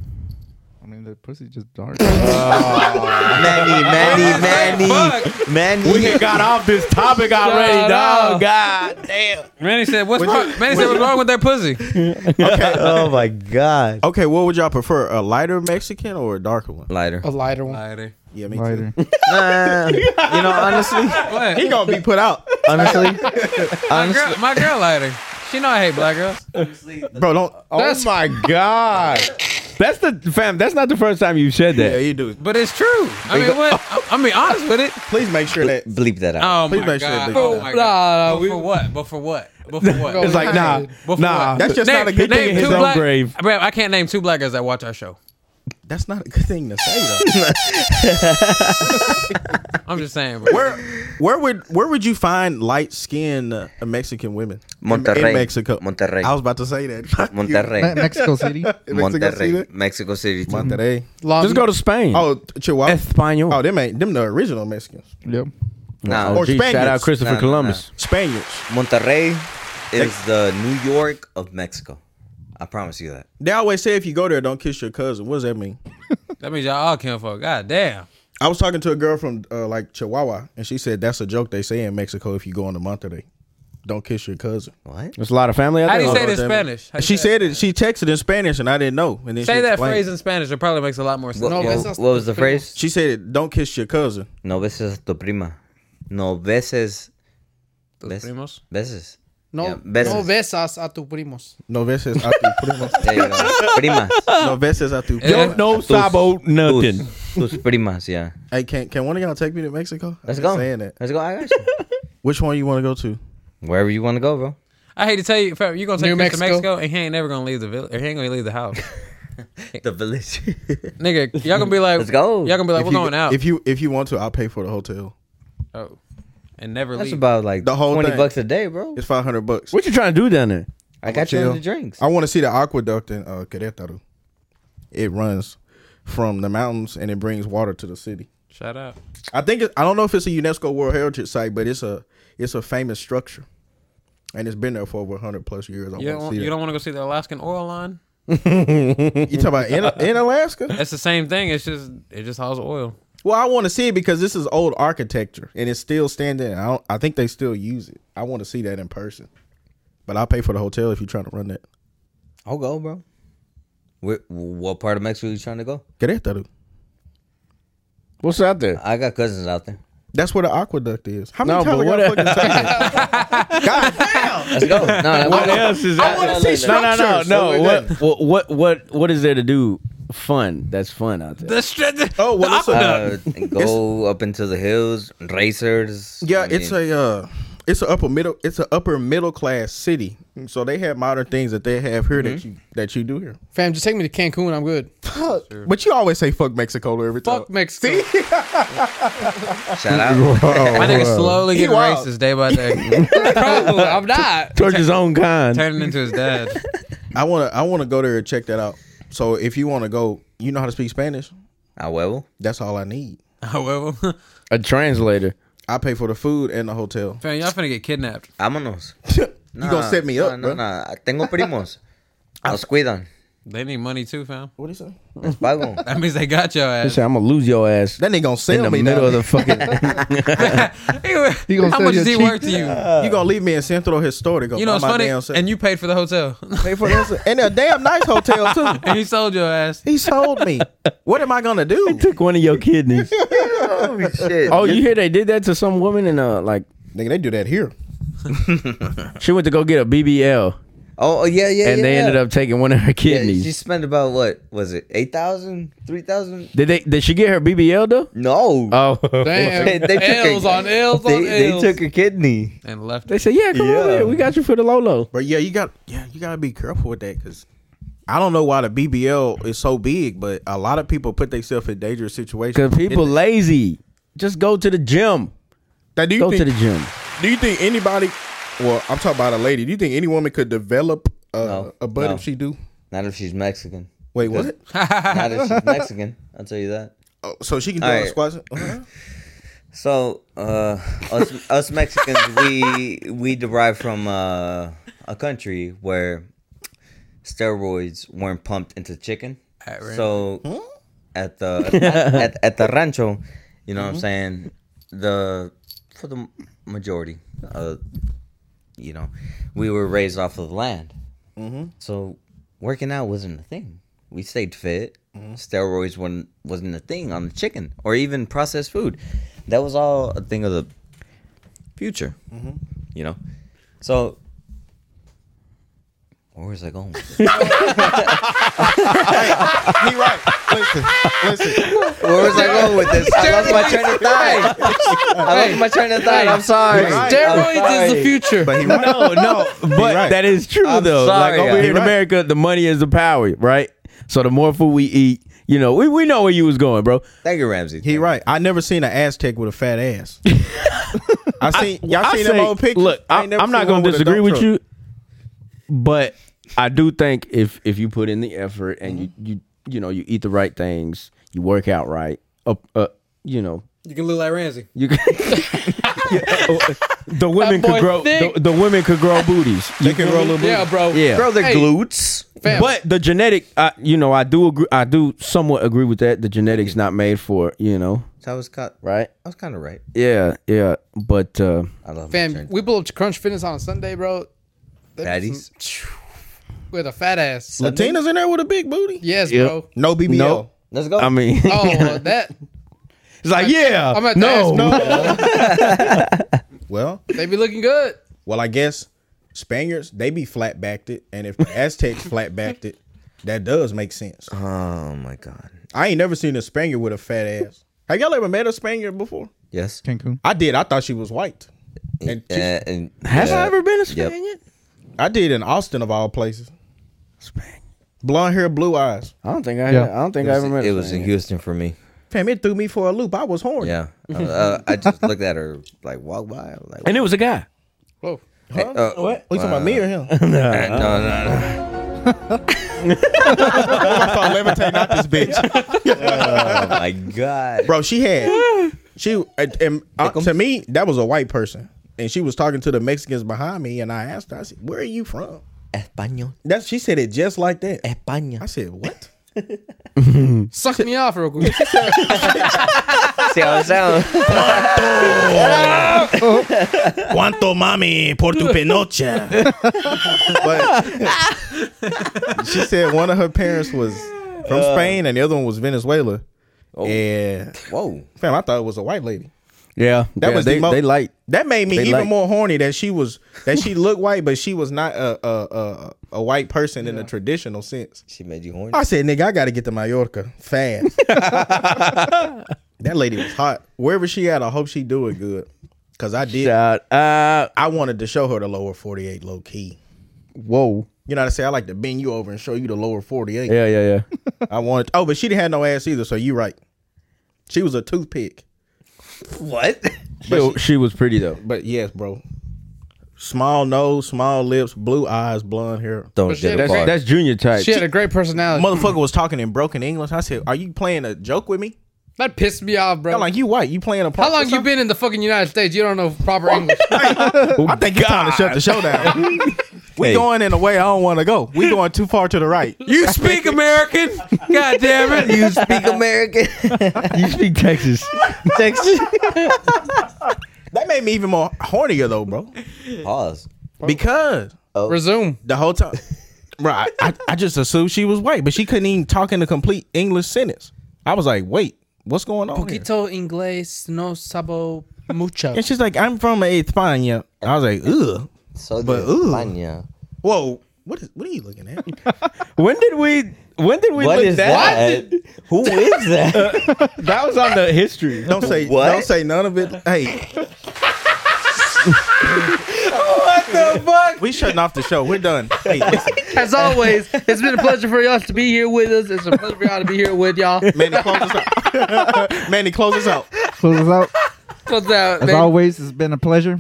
G: I mean, the pussy just dark.
E: Manny, Manny, Manny, Manny.
H: got off this topic already, dog. God damn.
L: Manny said, "What's wrong?" Manny said, "What's wrong with that pussy?"
E: oh my god.
B: Okay, what would y'all prefer, a lighter Mexican or a darker one?
E: Lighter.
F: A lighter one.
L: Lighter.
B: Yeah, me
G: Lighter.
E: Nah, you know, honestly,
L: What?
B: He gonna be put out,
E: honestly,
L: My girl, my girl lighter. She know I hate black girls.
B: bro. Don't.
F: That's-
H: oh my god. That's the fam. That's not the first time you said that.
B: Yeah, you do.
L: But it's true. I mean, what? I, I mean, honest with it.
B: Please make sure that.
E: bleep that out.
L: Oh
B: Please
L: my
B: make sure
L: god.
B: they-
L: Oh
F: Nah, nah,
L: my god. but
F: we-
L: for what? But for what? But for what?
H: It's like nah,
L: But for
H: nah.
L: what?
B: That's just not a good
H: name
B: thing. to-
H: his own
L: black,
H: grave.
L: Bro, I can't name two black girls that watch our show.
B: That's not a good thing to say though.
L: I'm just saying. Bro.
B: where, where would where would you find light skinned uh, Mexican women? In-
E: Monterrey.
B: in Mexico.
E: Monterrey.
B: I was about to say that. Fuck you.
G: Me-
E: Monterrey,
G: Mexico City.
B: Mexico City?
E: Monterrey, Mexico City. too.
B: Monterrey.
F: Long-
H: Just go to Spain.
B: Oh, Chihuahua.
H: Espanol.
B: Oh, them ain't them the original Mexicans.
G: Yep.
E: Nah,
B: Or
H: Gee, shout out
B: Spaniards.
H: Christopher
E: Nah, nah,
H: Columbus.
B: Spaniards.
E: Monterrey is the New York of Mexico. I promise you that.
B: They always say if you go there, don't kiss your cousin. What does that mean?
L: That means y'all all can fuck. God damn.
B: I was talking to a girl from uh, like Chihuahua, and she said that's a joke they say in Mexico if you go on the Monterrey. Don't kiss your cousin.
E: What?
H: There's a lot of family out
L: How
H: there.
L: do you say this
B: damn
L: in
B: it.
L: Spanish? How do you
B: She
L: say
B: said it. She texted in Spanish, and I didn't know. And then
L: Say
B: she
L: that
B: explained.
L: phrase in Spanish. It probably makes a lot more sense.
E: What,
F: No,
E: what,
F: besos
E: what was the
F: tu
E: phrase?
B: She said, "Don't kiss your cousin."
E: No veces a tu prima. No veces.
L: Tus
E: Bes-
L: primos.
E: Veces.
F: No,
E: Yeah, besos.
F: no besas a tu primos.
B: No veces a tu prima.
E: There you go. primas.
B: No veces a tu.
L: Yeah.
H: Don't no sabo nothing.
E: Tus, tus primas, yeah.
B: Hey, can can one of y'all take me to Mexico?
E: Let's
B: I'm
E: go.
B: Saying that.
E: Let's go. I got you.
B: Which one you want to go to?
E: Wherever you want to go, bro.
L: I hate to tell you, fam, you gonna take
F: New
L: Chris to
F: Mexico.
L: Mexico, and he ain't never gonna leave the village. Or he ain't gonna leave the house,
E: The village.
L: nigga. Y'all gonna be like,
E: Let's go.
L: Y'all gonna be like,
B: if
L: we're
B: you,
L: going out.
B: If you if you want to, I'll pay for the hotel.
L: oh, and never
E: That's
L: leave.
E: about like
B: The whole
E: 20
B: thing.
E: bucks a day, bro.
B: It's five hundred bucks.
H: What you trying to do down there?
E: I got you
B: Chill.
E: on the drinks.
B: I want to see the aqueduct in uh, Querétaro. It runs from the mountains and it brings water to the city.
L: Shout out.
B: I think it, I don't know if it's a UNESCO World Heritage site, but it's a it's a famous structure, and it's been there for over hundred plus years. I
L: You
B: want
L: don't,
B: to see
L: you
B: you,
L: don't want to go see the Alaskan oil line.
B: you talking about in, in Alaska?
L: It's the same thing. It's just it just hauls oil.
B: Well, I want to see it because this is old architecture and it's still standing. I don't, I think they still use it. I want to see that in person, but I'll pay for the hotel if you're trying to run that.
E: I'll go, bro. Where, what part of Mexico you trying to go?
B: Querétaro.
H: What's out there?
E: I got cousins out there.
B: That's where the aqueduct is. How many
H: No,
B: times
H: but
B: are y'all
H: what-
B: fucking talking? God damn!
E: Let's go. No, no,
H: What
E: no.
H: else is out
E: wanna
H: there?
E: see
H: No, no, no,
B: structures.
H: no.
B: So we're
H: What, what, what, what, what is there to do? Fun. That's fun out there.
L: The stri- the-
B: Oh well, it's a,
E: Uh, go up into the hills, racers.
B: yeah,
E: I
B: it's
E: mean,
B: a uh, it's a upper middle, it's a upper middle class city. So they have modern things that they have here
H: Mm-hmm.
B: that you that you do here.
F: Fam, just take me to Cancun. I'm good.
B: But you always say fuck Mexico to every time.
F: Fuck Mexico.
E: shout out.
L: my nigga slowly getting
B: wild.
L: racist day by day,
F: Bro, I'm not.
H: Towards his own kind.
L: turning into his dad.
B: I wanna I wanna go there and check that out. So if you wanna go, you know how to speak Spanish.
E: Ah, huevo.
B: That's all I need.
L: However,
H: A translator.
B: I pay for the food and the hotel.
L: fam, y'all finna get kidnapped.
E: Vámonos.
B: you
E: Nah,
B: gonna set me up,
E: nah,
B: bro?
E: nah, nah. Tengo primos. Nos cuidan.
L: They need money too, fam.
B: What do you say?
E: Les pago.
L: That means they got your
H: He
L: ass.
H: said, I'm gonna lose your ass
B: That nigga gonna
H: in
B: sell
H: the
B: me
H: middle
B: now.
H: of the fucking.
G: He gonna
L: How
G: sell
L: much
G: your
L: is he
G: cheek.
L: worth to you?
B: you gonna leave me in Centro Histórico?
L: You know
B: by
L: what's
B: my
L: funny?
B: damn self.
L: And you paid for the hotel.
B: pay for this and a damn nice hotel too.
L: and you sold your ass.
B: He sold me. What am I gonna do?
H: Took one of your kidneys.
E: Holy shit.
H: Oh, you hear they did that to some woman and uh, like
B: Nigga, they do that here.
H: she went to go get a BBL
E: Oh, oh, yeah, yeah,
H: and
E: yeah.
H: they ended up taking one of her
E: Yeah,
H: kidneys.
E: she spent about what was it? 8,000? 3,000?
H: did they? Did she get her BBL though?
E: No.
H: Oh,
F: Damn.
E: They- they took a-
F: L's on L's
E: they,
F: on
E: they
F: L's.
E: took a kidney.
L: And left.
H: they said, yeah, come on
E: Yeah.
H: in. We got you for the Lolo.
B: But yeah, you got yeah, you gotta be careful with that because I don't know why the BBL is so big, but a lot of people put themselves in dangerous situations.
H: Cause people
B: It-
H: lazy. Just go to the gym.
D: Now, do you
H: Go
D: think,
H: to the gym.
D: Do you think anybody? Well, I'm talking about a lady. Do you think any woman could develop uh,
E: No,
D: a butt
E: no.
D: if she do?
E: Not if she's Mexican.
D: Wait, what?
E: Not if she's Mexican. I'll tell you that.
D: Oh, so she can do
E: All
D: all the
E: right.
D: squats. Uh-huh.
E: So uh, us us Mexicans we we derive from uh, a country where steroids weren't pumped into chicken. So at the at, at the rancho, you know what I'm saying the for the majority, uh, you know, we were raised off of the land. So working out wasn't a thing. We stayed fit. Steroids wasn't wasn't a thing on the chicken or even processed food. That was all a thing of the future. You know. So where was I going? with this?
D: He right. Listen, listen.
E: Where was I going with this? I lost my train of thought. I lost my train of thought. I'm sorry. I'm
F: Steroids is the
E: sorry.
F: future.
D: But he right.
H: No, Oh, no, but
D: right.
H: that is true
E: I'm
H: though.
E: sorry,
H: like over
E: I'm
H: here in
D: right.
H: America, the money is the power, right? So the more food we eat, you know, we, we know where you was going, bro.
E: Thank you, Ramsey.
B: He right. I never seen an Aztec with a fat ass. I seen y'all
H: I
B: seen
H: say-
B: them old pictures.
H: Look,
B: I
H: I
B: ain't never
H: am not
B: seen
H: gonna
B: one a
H: disagree
B: dump
H: with
B: truck.
H: you, but I do think if if you put in the effort and you you you know you eat the right things, you work out right, uh, uh you know,
L: You can look like Ramsey.
H: you can, the women
F: That
H: could
F: boy
H: grow the,
F: thick.
H: the women could grow booties. You can grow little
F: yeah, bro.
H: Yeah.
E: Grow the
F: Hey.
E: glutes.
F: Fam.
H: But the genetic, I, you know, I do agree. I do somewhat agree with that. The genetics not made for, you know,
E: So I was kind.
H: right?
E: I was kind of right.
H: Yeah, yeah. But uh,
E: I love my train
F: Fam,
E: of
F: we pull up to Crunch Fitness on a Sunday, bro. They be
E: Fatties?
F: some- with a fat ass.
B: Latinas in there with a big booty.
F: Yes,
H: Yep.
F: bro.
B: No BBL.
H: Nope.
E: Let's go.
H: I mean,
F: Oh, that
H: it's like, yeah,
F: I'm at
H: no,
F: the ass.
B: Well,
F: They be looking good.
B: well, I guess Spaniards they be flat backed it, and if the Aztecs flat backed it, that does make sense.
E: Oh my god.
B: I ain't never seen a Spaniard with a fat ass. Have y'all ever met a Spaniard before?
E: Yes.
G: Cancun.
B: I did. I thought she was white. And
E: Uh,
B: she-
E: and,
H: Has
E: yeah.
H: I ever been a
E: Yep.
H: Spaniard?
B: I did in Austin of all places.
H: Spaniard.
B: Blonde hair, blue eyes.
E: Uh,
H: I don't think I.
G: Yeah.
H: I don't think
E: It
H: I
E: was,
H: ever met.
E: it
H: a
E: was in
H: Spaniard.
E: Houston for me.
B: Fam, it threw me for a loop. I was horny.
E: Yeah, uh, uh, I just looked at her like walk by. I was Like,
H: and it was a guy.
F: Whoa.
E: hey, uh,
B: What? you talking about me or him?
E: uh, no, no, no.
B: I thought levitating out this bitch,
H: uh,
E: Oh my god,
B: bro. She had she and, and, uh, to me that was a white person, and she was talking to the Mexicans behind me, and I asked her, I said, "Where are you from?"
E: Español,
B: That she said it just like that. I
E: España.
B: said, "What?"
F: Suck me off real quick.
E: See how it sounds?
B: Cuanto mami por tu penocha? but she said one of her parents was from
E: Uh,
B: Spain, and the other one was Venezuela.
E: oh.
B: Yeah,
E: Whoa,
B: fam, I thought it was a white lady.
H: Yeah,
B: That
H: yeah,
B: was the
H: they.
B: mo-
H: they like.
B: That made me
H: They
B: even
H: like-
B: more horny that she was that she looked white, but she was not a a a, a white person in the traditional sense.
E: she made you horny.
B: I said, nigga, I gotta get to Mallorca fast. that lady was hot. Wherever she at, I hope she do it good. Cause I did
H: Shout out.
B: I wanted to show her the lower 48 low key.
H: Whoa.
B: You know what I say? I like to bend you over and show you the lower 48.
H: Yeah, yeah, yeah.
B: I wanted oh, but she didn't have no ass either, so you right. She was a toothpick.
E: What?
H: she, she was pretty though.
B: But yes, bro. Small nose, small lips, blue eyes, blonde hair.
E: Don't
F: But shit,
E: get
H: That's
E: apart.
H: that's junior type.
F: She had a great personality.
B: motherfucker was talking in broken English. I said, "Are you playing a joke with me?
F: that pissed me off, bro.
B: I'm like, you white? You playing a part
F: How long you been in the fucking United States? You don't know proper English.
B: I think it's time to shut the show down. we going in a way I don't want to go. We going too far to the right.
L: You speak American? God damn it.
E: you speak American,
H: you speak Texas.
E: Texas.
B: That made me even more hornier though, bro,
E: Pause.
B: because
F: Resume.
B: the whole time, right? I, I just assumed she was white, but she couldn't even talk in a complete English sentence. I was like, wait, what's going on? here?
F: Poquito inglés no sabo mucho.
B: And she's like, I'm from España. I was like, ugh.
E: So
B: But,
E: did
B: ooh.
E: España.
B: Whoa, what is? What are you looking at?
H: When did we? When did we
E: What
H: look
E: is
H: that?
E: that? Who is that?
H: That was on the history.
B: Don't say.
E: What?
B: Don't say none of it. Hey,
E: the fuck?
B: we shutting off the show. We're done. Hey, listen.
F: As always, it's been a pleasure for y'all to be here with us. It's a pleasure for y'all to be here with y'all.
B: Manny, close us out. Manny, close us out.
G: Close us out.
F: What's that,
G: As
F: man?
G: always, it's been a pleasure.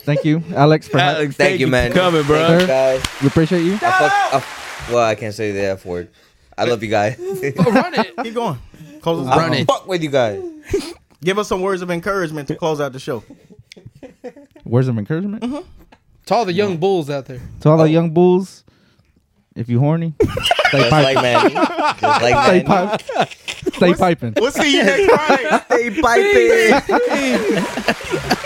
G: Thank you, Alex, for having
E: Alex, thank, you, man.
H: coming, bro.
E: Thank you, guys.
G: We appreciate you.
E: I fuck, I f- well, I can't say the F word. I love you guys.
F: Run it.
B: Keep going. Close us out.
F: Run
E: I
F: it.
E: fuck with you guys.
B: Give us some words of encouragement to close out the show.
G: Words of encouragement
E: Mm-hmm.
F: To all the young bulls out there.
G: to
E: Oh.
G: all the young bulls. If you horny, stay
E: Just
G: piping.
E: like Manny. Just
G: stay,
E: like Manny.
G: pipe, stay piping.
B: We'll see you next Friday.
E: Stay piping.